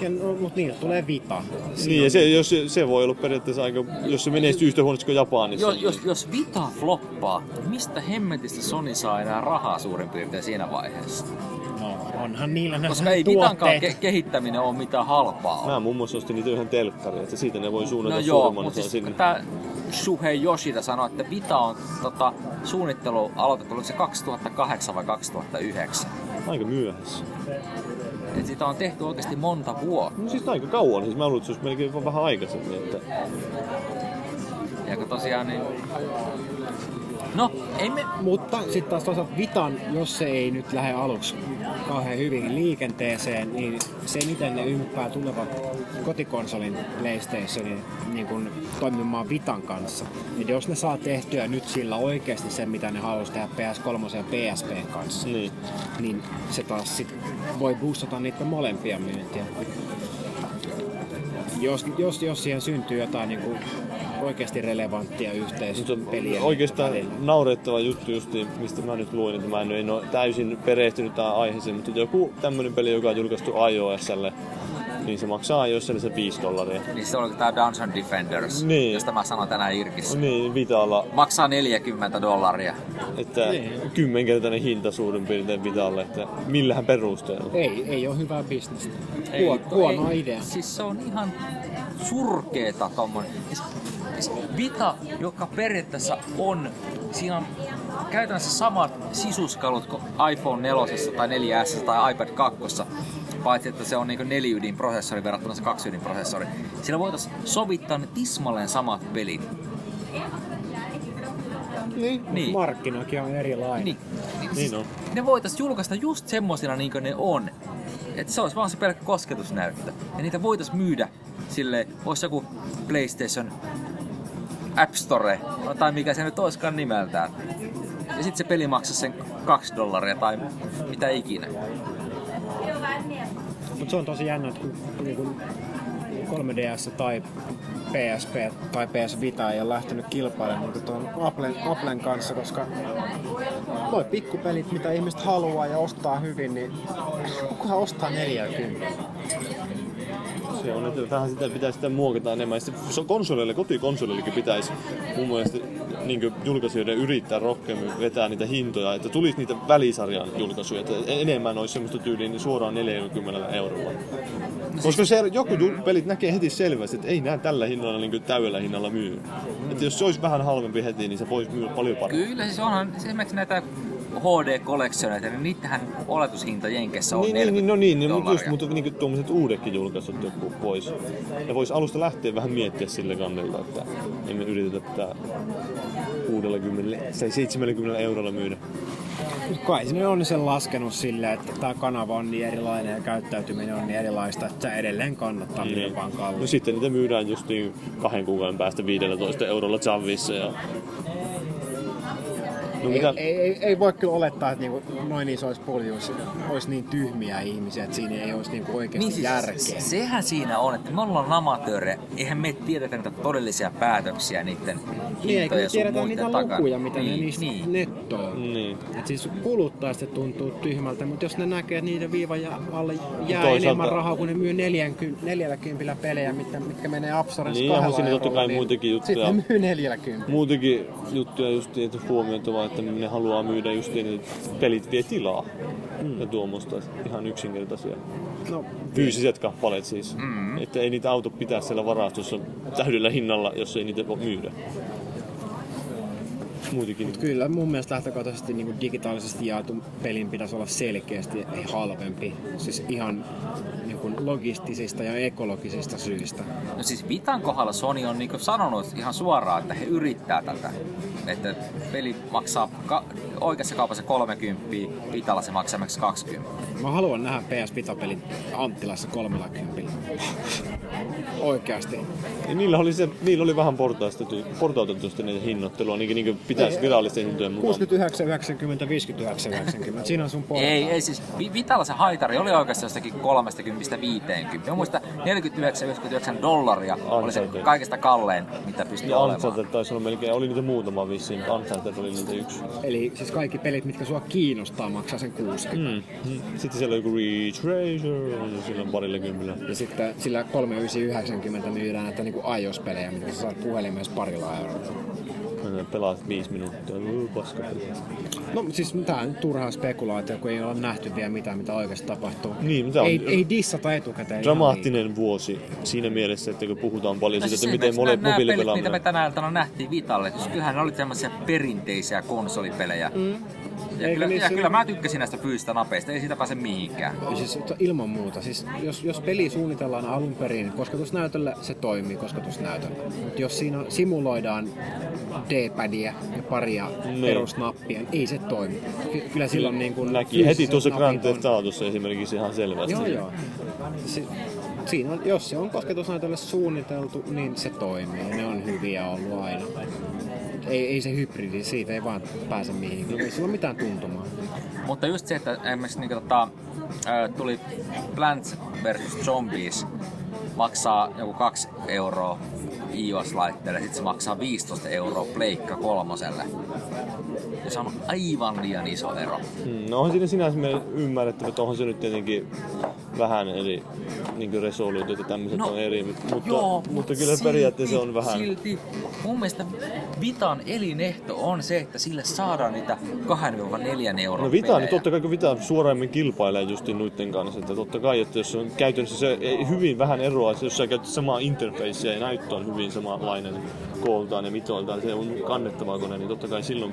B: Ja, no, mut niillä tulee vita.
C: Niin, ja se, jos, se- se voi olla periaatteessa aika, jos se menestyy yhtä huonosti kuin Japanissa. niin
A: Jos, jos, jos Vita floppaa, mistä hemmetistä Sony saa enää rahaa suurin piirtein siinä vaiheessa?
B: No, onhan niillä nämä
A: Koska ei Vitankaan
B: tuotteet.
A: ke- kehittäminen ole mitään halpaa. ole.
C: Mä muun muassa ostin niitä yhden telkkarin, että siitä ne voi suunnata
A: No
C: no
A: joo,
C: suurimman
A: mutta
C: osan
A: siis
C: sinne.
A: tää Shuhei Yoshida sanoi, että Vita on tota, suunnittelu aloitettu, oliko se 2008 vai 2009.
C: Aika myöhässä.
A: Et sitä on tehty oikeasti monta vuotta.
C: No siis aika kauan, siis mä luulen, että se olisi melkein vaan vähän aikaisemmin. Että...
A: Ja kun tosiaan niin... No, ei me...
B: Mutta sitten taas toisaalta Vitan, jos se ei nyt lähde aluksi kauhean hyvin liikenteeseen, niin se miten ne ympää tulevan kotikonsolin PlayStationin niin kun toimimaan Vitan kanssa. Niin jos ne saa tehtyä nyt sillä oikeasti sen, mitä ne haluaisi tehdä PS3 ja PSP kanssa,
C: Niin.
B: niin se taas sit voi boostata niitä molempia myyntiä. Jos, jos, jos siihen syntyy jotain niin kuin oikeasti relevanttia niin-
C: Mutta
B: yhteispeliä.
C: oikeastaan
B: niiden välillä.
C: naurettava juttu just, niin, mistä mä nyt luin, että mä en, en ole täysin perehtynyt tähän aiheeseen, mutta joku tämmönen peli, joka on julkaistu iOSlle, niin se maksaa iOSlle se 5 dollaria.
A: Niin se oli tää Dungeon Defenders,
C: Niin.
A: josta mä sanoin tänään Irkissä.
C: Niin, Vitalla,
A: Maksaa 40 dollaria.
C: että
B: Niin.
C: kymmenkertainen hinta suurin piirtein Vitalle, että millähän perusteella.
B: Ei, ei ole hyvää bisnestä. Huo, huono idea.
A: Siis se on ihan surkeeta tommonen. Ja se- ja se Vita, joka periaatteessa on, siinä on käytännössä samat sisuskalut kuin iPhone 4 tai 4S tai iPad 2, paitsi että se on niin neliydin prosessori verrattuna se kaksiydin prosessori. Sillä voitaisiin sovittaa ne tismalleen samat pelit.
B: Niin.
A: Niin.
B: Markkinakin on erilainen.
A: Niin,
C: Niin on.
A: ne voitais julkaista just semmosina niin kuin ne on. Et se olisi vaan se pelkkä kosketusnäyttö. Ja niitä voitais myydä sille olisi joku PlayStation App Store, no, tai mikä se nyt olisikaan nimeltään. Ja sitten se peli maksaa sen 2 dollaria tai mitä ikinä.
B: Mutta se on tosi jännä, että kun, niin kun 3DS tai PSP tai PS Vita ei ole lähtenyt kilpailemaan niin tuon Applen, Applen kanssa, koska noi pikkupelit, mitä ihmiset haluaa ja ostaa hyvin, niin kukahan ostaa 40?
C: Se on, että vähän sitä pitää sitä muokata enemmän. Sitten se on konsoleille, kotikonsoleillekin pitäisi mun mielestä niin julkaisijoiden yrittää rohkeammin vetää niitä hintoja, että tulisi niitä välisarjan julkaisuja, että enemmän olisi semmoista tyyliä niin suoraan 40 eurolla. Koska se, joku jul- pelit näkee heti selvästi, että ei nämä tällä hinnalla niin täydellä hinnalla myy. Että jos se olisi vähän halvempi heti, niin se voisi myydä paljon paremmin.
A: Kyllä, siis onhan siis esimerkiksi näitä HD-kollektioneita, niin niitähän oletushinta Jenkessä on
C: Niin, niin,
A: 40
C: niin, no niin, niin mutta just
A: dollaria.
C: mutta niin tuommoiset uudetkin julkaisut joku pois. Ja voisi alusta lähteä vähän miettiä sille kannalta, että emme yritetä tätä 60 tai 70 eurolla myydä.
B: Kai sinne on sen laskenut sillä, että tämä kanava on niin erilainen ja käyttäytyminen on niin erilaista, että se edelleen kannattaa niin. vaan
C: No
B: kallis.
C: sitten niitä myydään just niin kahden kuukauden päästä 15 eurolla Javissa ja... No
B: Ei,
C: mitä?
B: ei, ei, ei, voi kyllä olettaa, että niinku noin isoissa puljuissa olisi niin tyhmiä ihmisiä, että siinä ei olisi niinku oikeasti niin siis, järkeä.
A: se- sehän siinä on, että me ollaan amatöörejä, eihän me tiedetä niitä todellisia päätöksiä niiden
B: Niin, eikä me
A: hintojen sun
B: tiedetä
A: muiden
B: niitä
A: takana.
B: lukuja, mitä niin, ne niistä niin.
A: niin. Mm.
B: nettoo.
C: Niin.
B: Et siis kuluttaa sitten tuntuu tyhmältä, mutta jos ne näkee, että niiden viivan ja alle jää
C: Toisaalta-
B: enemmän rahaa, kun ne myy 40, 40 pelejä, mitkä, mitkä menee Apsarissa
C: Niin,
B: kahdella
C: onhan siinä totta
B: eurolla,
C: kai muitakin juttuja.
B: Sitten ne myy 40.
C: Muutenkin juttuja just että huomioitava, että ne haluaa myydä just niin, että pelit vie tilaa. Mm. Ja tuommoista ihan yksinkertaisia.
B: No,
C: Fyysiset kappaleet Niin. siis.
A: Mm-hmm.
C: Mm. Että ei niitä auto pitää siellä varastossa täydellä hinnalla, jos ei niitä voi myydä. Muutenkin.
B: kyllä mun mielestä lähtökohtaisesti niin kuin digitaalisesti jaetun pelin pitäisi olla selkeästi ei halvempi. Siis ihan niin kuin logistisista ja ekologisista syistä.
A: No siis Vitan kohdalla Sony on niinku sanonut ihan suoraan, että he yrittää tätä. Että peli maksaa ka- oikeassa kaupassa 30, Vitalla se maksaa esimerkiksi 20.
B: Mä haluan nähdä PS Vita-pelin Anttilassa 30. Oikeasti.
C: Ja niillä oli, se, niillä oli vähän portaistettu, portautettu sitten niitä hinnoittelua, niin, niin pitäisi virallisten hintojen mukaan.
B: 69, 90, 59, 90. Siinä on sun portaat.
A: Ei, ei siis Vi- Vitalla se haitari oli oikeastaan jostakin 30 50. Mä muistan 49,99 dollaria oli se
C: Ansaita.
A: kaikista kallein, mitä pystyy
B: Niin,
C: Ja
A: olemaan.
C: Uncharted taisi olla melkein, oli niitä muutama vissiin, Uncharted oli niitä yksi.
B: Eli siis kaikki pelit, mitkä sua kiinnostaa, maksaa sen 60.
A: Mm-hmm.
C: Mm. Sitten siellä on joku Reach Racer, on sillä parilla kymmillä.
B: Ja sitten sillä 3990 myydään näitä niinku iOS-pelejä, mitä sä saat puhelimessa parilla eurolla.
C: Ja Pelaat viisi minuuttia, Uu, paska.
B: No siis tää on turhaa spekulaatio, kun ei olla nähty vielä mitään, mitä oikeasti tapahtuu.
C: Niin, tää on-
B: ei, ei dissata etukäteen.
C: Dramaattinen vuosi siinä mielessä, että kun puhutaan paljon
A: No siis
C: siitä, siis että miten monet
A: nämä pelit, mitä me
C: mobiilipelaaminen...
A: tänä iltana nähtiin Vitalle, siis kyllähän ne oli tämmöisiä perinteisiä konsolipelejä. Mm. Ja,
B: niin. Eikä
A: kyllä,
B: niissä-
A: ja kyllä mä tykkäsin näistä fyysistä napeista, ei siitä pääse mihinkään.
B: Ja Siis to- ilman muuta. Siis jos, jos peli suunnitellaan alun perin kosketusnäytöllä, se toimii kosketusnäytöllä. Mutta jos siinä simuloidaan D-padia ja paria
C: Niin.
B: perusnappia, niin ei se toimi. Ky- kyllä silloin niin kuin
C: Näki heti tuossa Grand Theft Autossa esimerkiksi ihan selvästi.
B: Joo, joo. Si- siinä on, jos se on kosketusnäytölle suunniteltu, niin se toimii. Ne on hyviä ollut aina. Mut Ei, ei se hybridi, siitä ei vaan pääse mihinkään. Ei sillä ole mitään tuntumaa.
A: Mutta just se, että esimerkiksi niin tota, ö, tuli Plants vs. Zombies maksaa joku 2 euroa iOS-laitteelle, sitten se maksaa 15 euroa Pleikka kolmoselle. Ja se on aivan liian iso ero.
C: Mm, No onhan siinä sinänsä me ymmärrettävä, että onhan se nyt tietenkin vähän eri niin resoluutiot ja tämmöiset
A: No,
C: on eri, mutta,
A: Joo,
C: mutta
A: mut
C: kyllä
A: silti,
C: periaatteessa on vähän.
A: Silti mun mielestä Vitan elinehto on se, että sille saadaan niitä 2-4 euroa
C: No Vita, niin totta kai kun Vita suoremmin kilpailee just nuitten kanssa, että totta kai, että jos on käytännössä se ei- hyvin vähän eroa, että jos sä käytät samaa interfacea ja näyttö on hyvin samanlainen kooltaan ja mitoiltaan, se on kannettava kone, niin totta kai silloin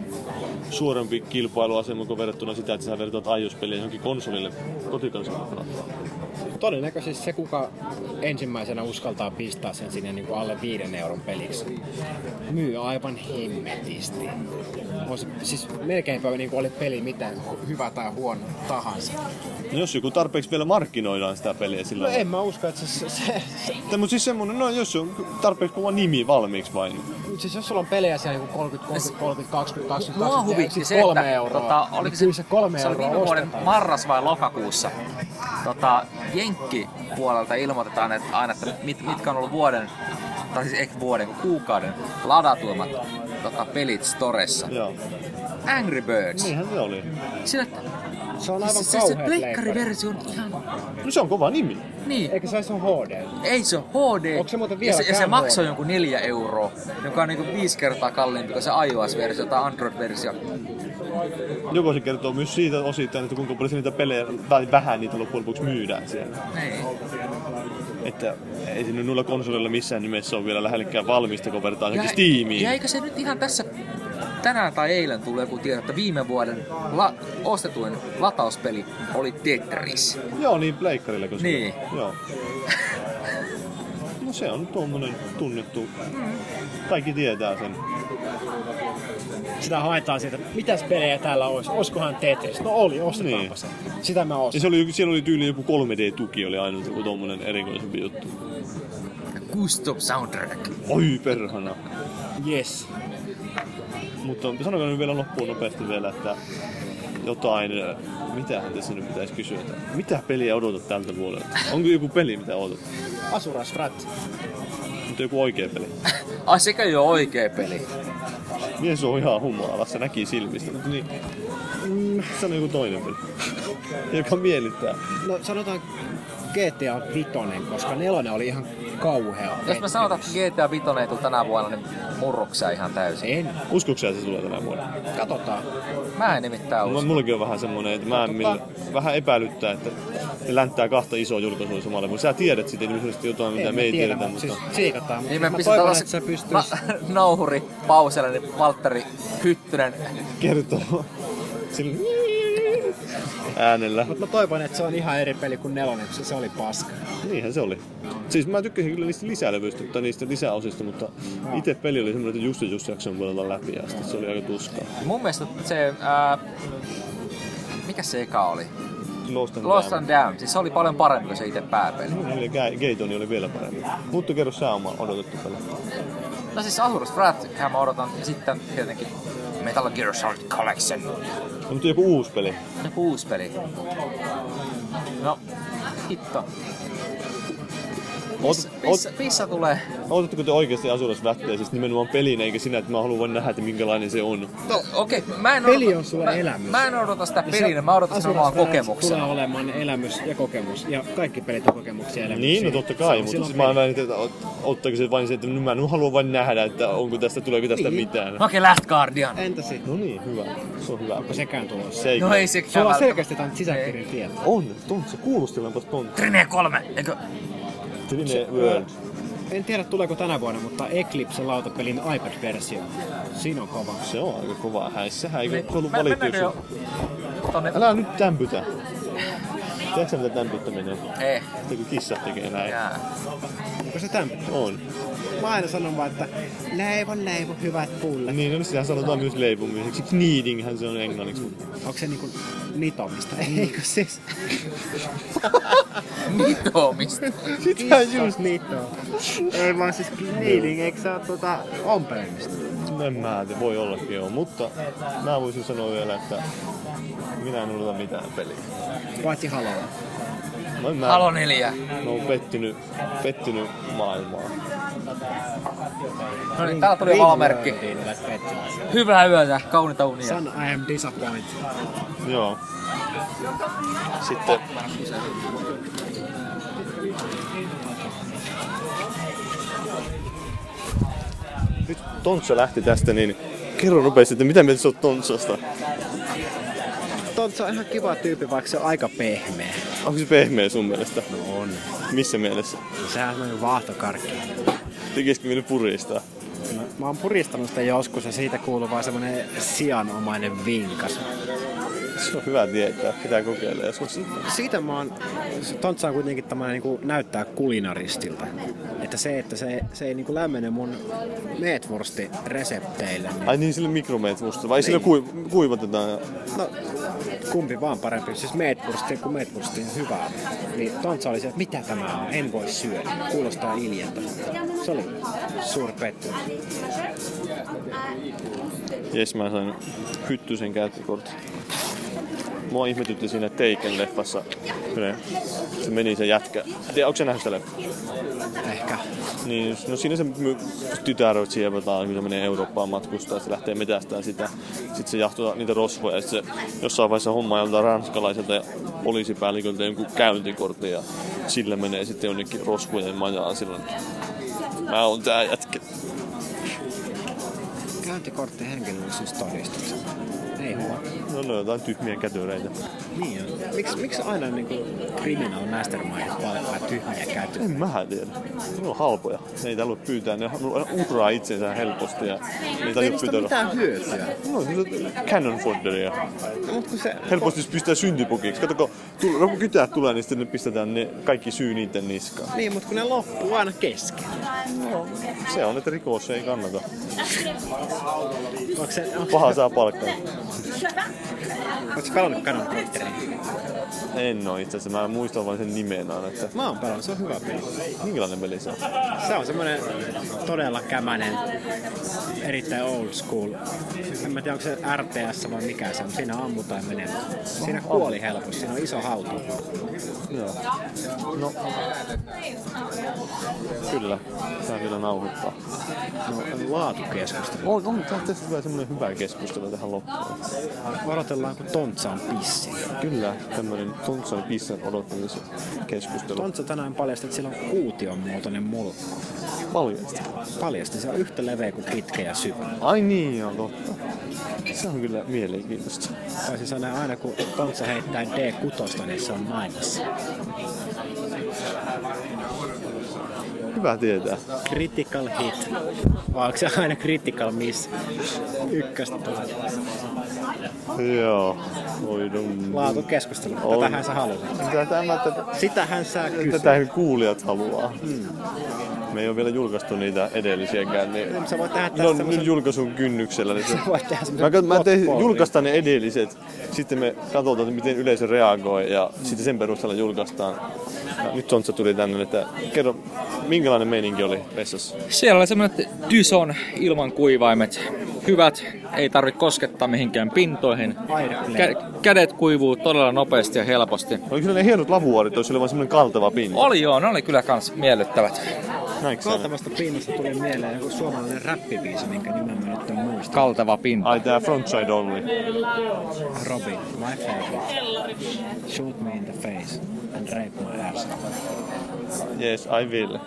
C: suorempi kilpailuasema kuin verrattuna sitä, että sä vertaat iOS-peliä johonkin konsolille, kotikonsolille.
B: todennäköisesti se, kuka ensimmäisenä uskaltaa pistää sen sinne niin kuin alle viiden euron peliksi, myy aivan himmetisti. On se, siis melkeinpä niin kuin oli peli mitään hyvä tai huono tahansa.
C: No jos joku tarpeeksi vielä markkinoidaan sitä peliä sillä
B: No en
C: lailla.
B: mä usko, että se, se, se,
C: Mutta mut siis semmonen, no jos on tarpeeksi kova nimi valmiiksi vain.
B: siis jos sulla on pelejä siellä joku 30, 30, 30, 20, 20,
A: Mua
B: 20,
A: huvitti
B: siis
A: se,
B: kolme
A: että
B: euroa,
A: tota,
B: niin
A: oliko
B: kyllä se kolme
A: se oli
B: euroa
A: viime vuoden
B: ostetaan.
A: marras vai lokakuussa. Tota, Jenkki puolelta ilmoitetaan että aina, että mit, mitkä on ollut vuoden, tai siis ehkä vuoden, kun kuukauden ladatuimmat tota, pelit Storessa.
C: Joo.
A: Angry Birds.
C: Niinhän se oli.
A: Sillä,
B: se on Niin. aivan
A: siis, siis se
B: kauheat leikkari.
A: pleikkariversio on ihan...
C: No se on kova nimi.
A: Niin.
B: Eikö se olisi HD?
A: Ei se ole HD.
B: Onko se muuten
A: ja se,
B: vieläkään
A: ja se maksoi
B: HD?
A: jonkun neljä euroa, joka on niinku viisi kertaa kalliimpi kuin se iOS-versio tai Android-versio.
C: Joko se kertoo myös siitä osittain, että kuinka paljon niitä pelejä, tai vähän niitä loppujen lopuksi myydään siellä.
A: Niin.
C: Että ei sinne noilla konsoleilla missään nimessä ole vielä lähellekään valmista, kun vertaa
A: Ja-
C: johonkin Steamiin.
A: Ja eikö se nyt ihan tässä tänään tai eilen tuli joku tieto, että viime vuoden la- ostetuin latauspeli oli Tetris.
C: Joo, niin pleikkarilla koska.
A: Niin.
C: Joo. No se on tuommoinen tunnettu. Kaikki tietää sen.
B: Sitä haetaan siitä, että mitäs pelejä täällä olisi, olisikohan Tetris? No oli, ostetaanpa
C: Niin.
B: se. Sitä mä
C: Ja
B: ostin.
C: se oli, siellä oli tyyli joku 3D-tuki, oli aina joku tuommoinen erikoisempi juttu.
A: Custom soundtrack.
C: Oi perhana. Siis-
B: Yes.
C: Mutta sanokaa nyt vielä loppuun nopeasti vielä, että jotain, ö, mitähän tässä nyt pitäisi kysyä, että mitä peliä odotat tältä vuodelta? Onko joku peli, mitä odotat?
B: Asuras Frat.
C: Mutta joku oikea peli.
A: Ai sekä jo oikea peli.
C: Mies on ihan humalassa, näki silmistä, mutta niin. Mm, sano joku toinen peli, joka miellyttää.
B: No sanotaan GTA 5, koska nelonen oli ihan kauhea.
A: Jos mä sanotaan, että GTA 5 ei tule tänä vuonna, niin murroksia ihan täysin.
B: En.
C: Uskoksä että se tulee tänä vuonna?
B: Katsotaan.
A: Mä en nimittäin
C: Mulla,
A: usko.
C: mullakin on vähän semmonen, että mä en millä, vähän epäilyttää, että ne länttää kahta isoa julkaisua samalla. Mutta sä tiedät sitten ilmeisesti jotain, mitä me ei
B: tiedä,
C: tiedetä, mutta...
B: siis siikataan.
A: Niin
B: mä,
A: me pistetään
B: toivon,
A: alas
B: että sä pystyis...
A: na- nauhuri pauselle, niin Valtteri Hyttynen.
C: kertoo sillä äänellä.
B: Mut mä toivon, että se on ihan eri peli kuin nelonen, kun se, se oli paska.
C: Niinhän se oli. Siis mä tykkäsin kyllä niistä lisälevyistä tai niistä lisäosista, mutta itse peli oli semmoinen, että just ja just jaksoin pelata läpi ja sitten se oli aika tuskaa.
A: Mun mielestä se... Ää, mikä se eka oli?
C: Lost and
A: Lost
C: Damned.
A: and Damned. Siis se oli paljon parempi kuin se itse pääpeli.
C: Eli Ga- Gatoni oli vielä parempi. Mutta kerro sä oman odotettu peli.
A: No siis Asuras Wrath, mitä mä odotan. Ja sitten tietenkin Metal Gear Solid Collection.
C: No, mutta joku uusi peli.
A: Joku uusi peli. No, hitto.
C: Oot,
A: Missä,
C: oot,
A: missä, missä tulee?
C: odotatteko te oikeasti Asuras Vättiä siis nimenomaan pelinä, eikä sinä, että mä haluan vain nähdä, että minkälainen se on.
A: No, okei. Okay. Mä en
B: Peli
A: odota-
B: on sulle
A: mä,
B: elämys.
A: Mä en odota sitä
B: Ja se
A: pelinä, mä odotan sen
B: Asuras
A: oman
B: Frat
A: kokemuksena.
B: Tulee olemaan elämys ja kokemus. Ja kaikki pelit on kokemuksia ja elämyksiä.
C: Niin, no totta kai, mutta siis mä
B: mä...
C: näin, että ot- ottaako se vain se, että mä en halua vain nähdä, että onko tästä, tuleeko tästä
B: Niin.
C: mitään.
A: No Okei, okay, Last Guardian.
B: Entä sitten?
C: No niin, hyvä. Se on hyvä.
B: Onko sekään tulossa?
C: Se
A: No ei se
B: Sulla on selkeästi jotain
A: Niin.
B: sisäpiirin tietoa.
C: On, tuntuu, se kuulostelepas tuon.
A: Trine 3, eikö?
C: Trine World.
B: En tiedä tuleeko tänä vuonna, mutta Eclipse lautapelin iPad-versio. Siinä on kova.
C: Se on aika kova häis. Sehän ei
A: Niin,
C: ole ollut
A: mä- mennäänkö
C: valittu.
A: jo tonne?
C: Älä nyt tämpytä. Tiedätkö sä, mitä tämpyttäminen on?
A: Ei,
C: Sitä kun kissat tekee näin.
A: Eh, jää.
B: Onko se tämmöinen?
C: On.
B: Mä aina sanon vaan, että leivo, leivo, hyvät pullet.
C: Niin, no sitähän sanotaan myös leipomiseksi. Kneadinghän se on englanniksi. mutta-
B: Onko se niinku nitomista?
A: Mm.
B: Eikö siis?
A: Nitomista.
C: Sitä just.
B: nitoo. Ei vaan siis kneading, eikö se ole tota ompelemista?
C: No En mä tiedä, voi ollakin joo, mutta mä voisin sanoa vielä, että minä en odota mitään peliä.
B: Paitsi halalla.
C: No en mä,
A: Halo 4.
C: mä oon pettynyt, pettynyt maailmaa.
A: No niin, täällä tuli jo valomerkki. Hyvää yötä, kaunita unia.
B: Sun I am disappointed.
C: Joo. Sitten Nyt Tontsa lähti tästä, niin kerro nopeasti, että mitä mieltä sä oot Tontsasta?
B: Tontsa on ihan kiva tyyppi, vaikka se on aika pehmeä.
C: Onko se pehmeä sun mielestä?
B: No on.
C: Missä mielessä?
B: Sehän on vaahtokarkki.
C: Tekisikö meille puristaa?
B: Mä oon puristanut sitä joskus ja siitä kuuluu vaan semmonen sianomainen vinkas.
C: Se on hyvä tietää, pitää kokeilla joskus.
B: Siitä mä oon, se tontsa on kuitenkin tämä niinku näyttää kulinaristilta. Että se, että se, se ei niinku lämmene mun meetvorsti resepteille.
C: Ai niin, sillä mikromeetmusta, vai sillä kuiv- kuivatetaan ja
B: No, kumpi vaan parempi. Siis meetwursti, kun meetwursti on hyvää. Niin Tontsa oli se, että mitä tämä on, en voi syödä. Kuulostaa iljeltä. Se oli suuri pettymys.
C: Jes, mä sain hyttysen käyttökortin. Mua ihmetytti siinä Teiken leffassa. Se meni se jätkä. En tiedä, onko se nähnyt sitä leffaa?
B: Ehkä.
C: Niin, no siinä se my- tytär sievataan, kun se menee niin Eurooppaan matkustaa, se lähtee metästään sitä. Sitten se jahtaa niitä rosvoja, ja sitten se jossain vaiheessa hommaa joltain ranskalaiselta ja poliisipäälliköltä jonkun käyntikortin, ja sillä menee sitten jonnekin rosvojen majaan silloin. Mä oon tää jätkä.
B: Käyntikortti henkilöllisyystodistuksen. Ei huono.
C: No ne on jotain tyhmiä kätöreitä.
B: Niin on. Miksi miksi aina niinku criminal mastermindit palkkaa tyhmiä käyttöön?
C: En mä tiedä. Ne on halpoja. Ne ei halua pyytää. Ne uhraa itsensä helposti ja ne ei
B: Ei
C: tajua
B: niistä ole
C: pyytää. rahaa.
B: mitään hyötyä. No,
C: No, se on cannon fodderia.
B: Mut kun se...
C: Helposti se pistää syntipukiksi. Kato, kun tul- kun kytää tulee, niin sitten ne pistetään ne kaikki syy niiden niskaan.
B: Niin, mutta kun ne loppuu aina kesken.
C: Se on, että rikos ei kannata.
B: Onko se, onko,
C: Paha saa palkkaa.
B: onko se pelannut Canon Fighteria?
C: En oo itse asiassa. Mä muistan vain sen nimen aina, että
B: Mä oon pelannut, se on hyvä peli.
C: minkälainen peli se on.
B: Se on semmoinen todella kämänen, erittäin old school. En mä tiedä, onko se RTS vai mikä se on. Siinä ammutaan ja menee. Siinä kuoli helposti, siinä on iso hautu.
C: Joo. No. Kyllä. Tää kyllä nauhoittaa.
B: No, laatukeskustelu.
C: On, on tää tästä tulee semmonen hyvä keskustelu tähän loppuun.
B: Odotellaan, kun Tontsa on pissi.
C: Kyllä, tämmöinen Tontsan pissan odottamisen keskustelu.
B: Tontsa tänään paljasti, että sillä on kuution muotoinen mulkku.
C: Paljasta.
B: Paljasti, se on yhtä leveä kuin pitkä ja syvä.
C: Ai niin, joo, totta. Se on kyllä mielenkiintoista.
B: Toisin sanoen, aina kun Tontsa heittää D6, niin se on mainissa.
C: Hyvä tietää.
B: Critical hit. Vai onko se aina critical miss? Ykköstä tulee.
C: Joo. Oi dum.
B: Laatukeskustelu.
C: On.
B: Tätähän sä haluat.
C: Tätä, mä, tätä,
B: Sitähän sä kysyt.
C: tätä kuulijat haluaa. Hmm. Me ei ole vielä julkaistu niitä edellisiäkään, niin
B: Sä voit tehdä tästä
C: ne on
B: semmosen-
C: nyt julkaisun kynnyksellä. Niin se...
B: Sä voit tehdä
C: Mä,
B: semmosen
C: kat- mä tein,
B: potpourri.
C: julkaistaan ne edelliset, sitten me katsotaan, että miten yleisö reagoi ja sitten sen perusteella julkaistaan. Ja nyt Tontsa tuli tänne, että kerro, minkälainen meininki oli vessassa?
A: Siellä oli semmoinen Dyson ilman kuivaimet. Hyvät, ei tarvitse koskettaa mihinkään pintoihin.
B: Airplay.
A: Kä- kädet kuivuu todella nopeasti ja helposti.
C: Oli kyllä ne hienot lavuaarit, jos oli vaan semmoinen kaltava pinta.
A: Oli joo, ne oli kyllä kans miellyttävät.
C: Näitkö sä ne?
B: Kaltavasta pinnasta tuli mieleen joku suomalainen räppibiisi, minkä nimen mä nyt en muista.
A: Kaltava pinta.
C: Ai tää frontside only.
B: Robin, my favorite. Shoot me in the face and rape my ass.
C: Yes, I will.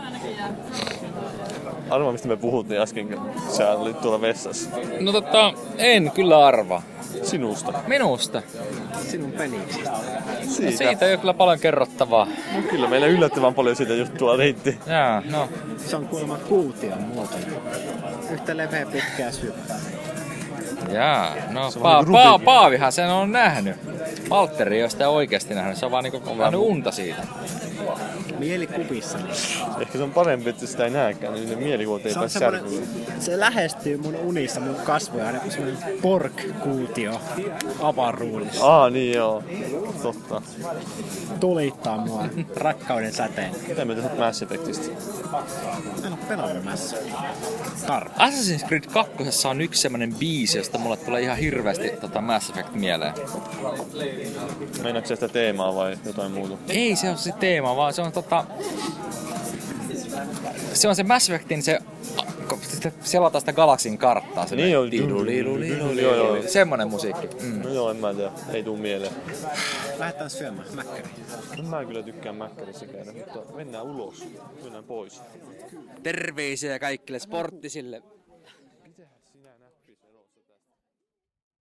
C: Arvaa, mistä me puhuttiin äsken, kun sä olit tuolla vessassa.
A: No tota, en kyllä arva.
C: Sinusta.
A: No Minusta.
B: Sinun peniksestä.
A: No siitä ei ole kyllä paljon kerrottavaa.
C: No, kyllä meillä yllättävän paljon siitä juttua riitti.
A: Jaa, no.
B: Se on kuulemma kuution muotoinen. Yhtä leveä pitkä ja syvä.
A: Jaa, no
C: Se on
A: pa-
C: niinku
A: pa-
C: Rubikin.
A: Paavihan sen on nähnyt. Valtteri ei ole sitä oikeasti nähnyt, se on vaan niinku nähnyt unta siitä.
B: Mielikuvissa. niin
C: Ehkä se on parempi, että sitä ei näekään, niin ne mielikuvat ei
B: Se, on
C: pääse
B: semmonen,
C: särkyyn.
B: se lähestyy mun unissa mun kasvoja, aina kun semmonen pork-kuutio avaruudessa.
C: Aa, niin joo. Totta.
B: tulittaa mua rakkauden säteen.
C: Mitä me tässä Mass Effectistä?
B: Mä en oo pelannut mässä. Tarpa.
A: Assassin's Creed 2 on yksi semmonen biisi, josta mulle tulee ihan hirveästi tota Mass Effect mieleen.
C: Meinaatko sä sitä teemaa vai jotain muuta?
A: Ei se ole se teema, vaan se on tota... Se on se Mass Effectin se... kun sitä Selataan sitä galaksin karttaa. Se
C: Niin joo. Joo, joo.
A: Semmonen musiikki. Mm.
C: No joo, en mä tiedä. Ei tuu mieleen.
B: Lähdetään syömään mäkkäriä.
C: No, mä kyllä tykkään mäkkärissä käydä, mutta mennään ulos. Mennään pois.
E: Terveisiä kaikille sporttisille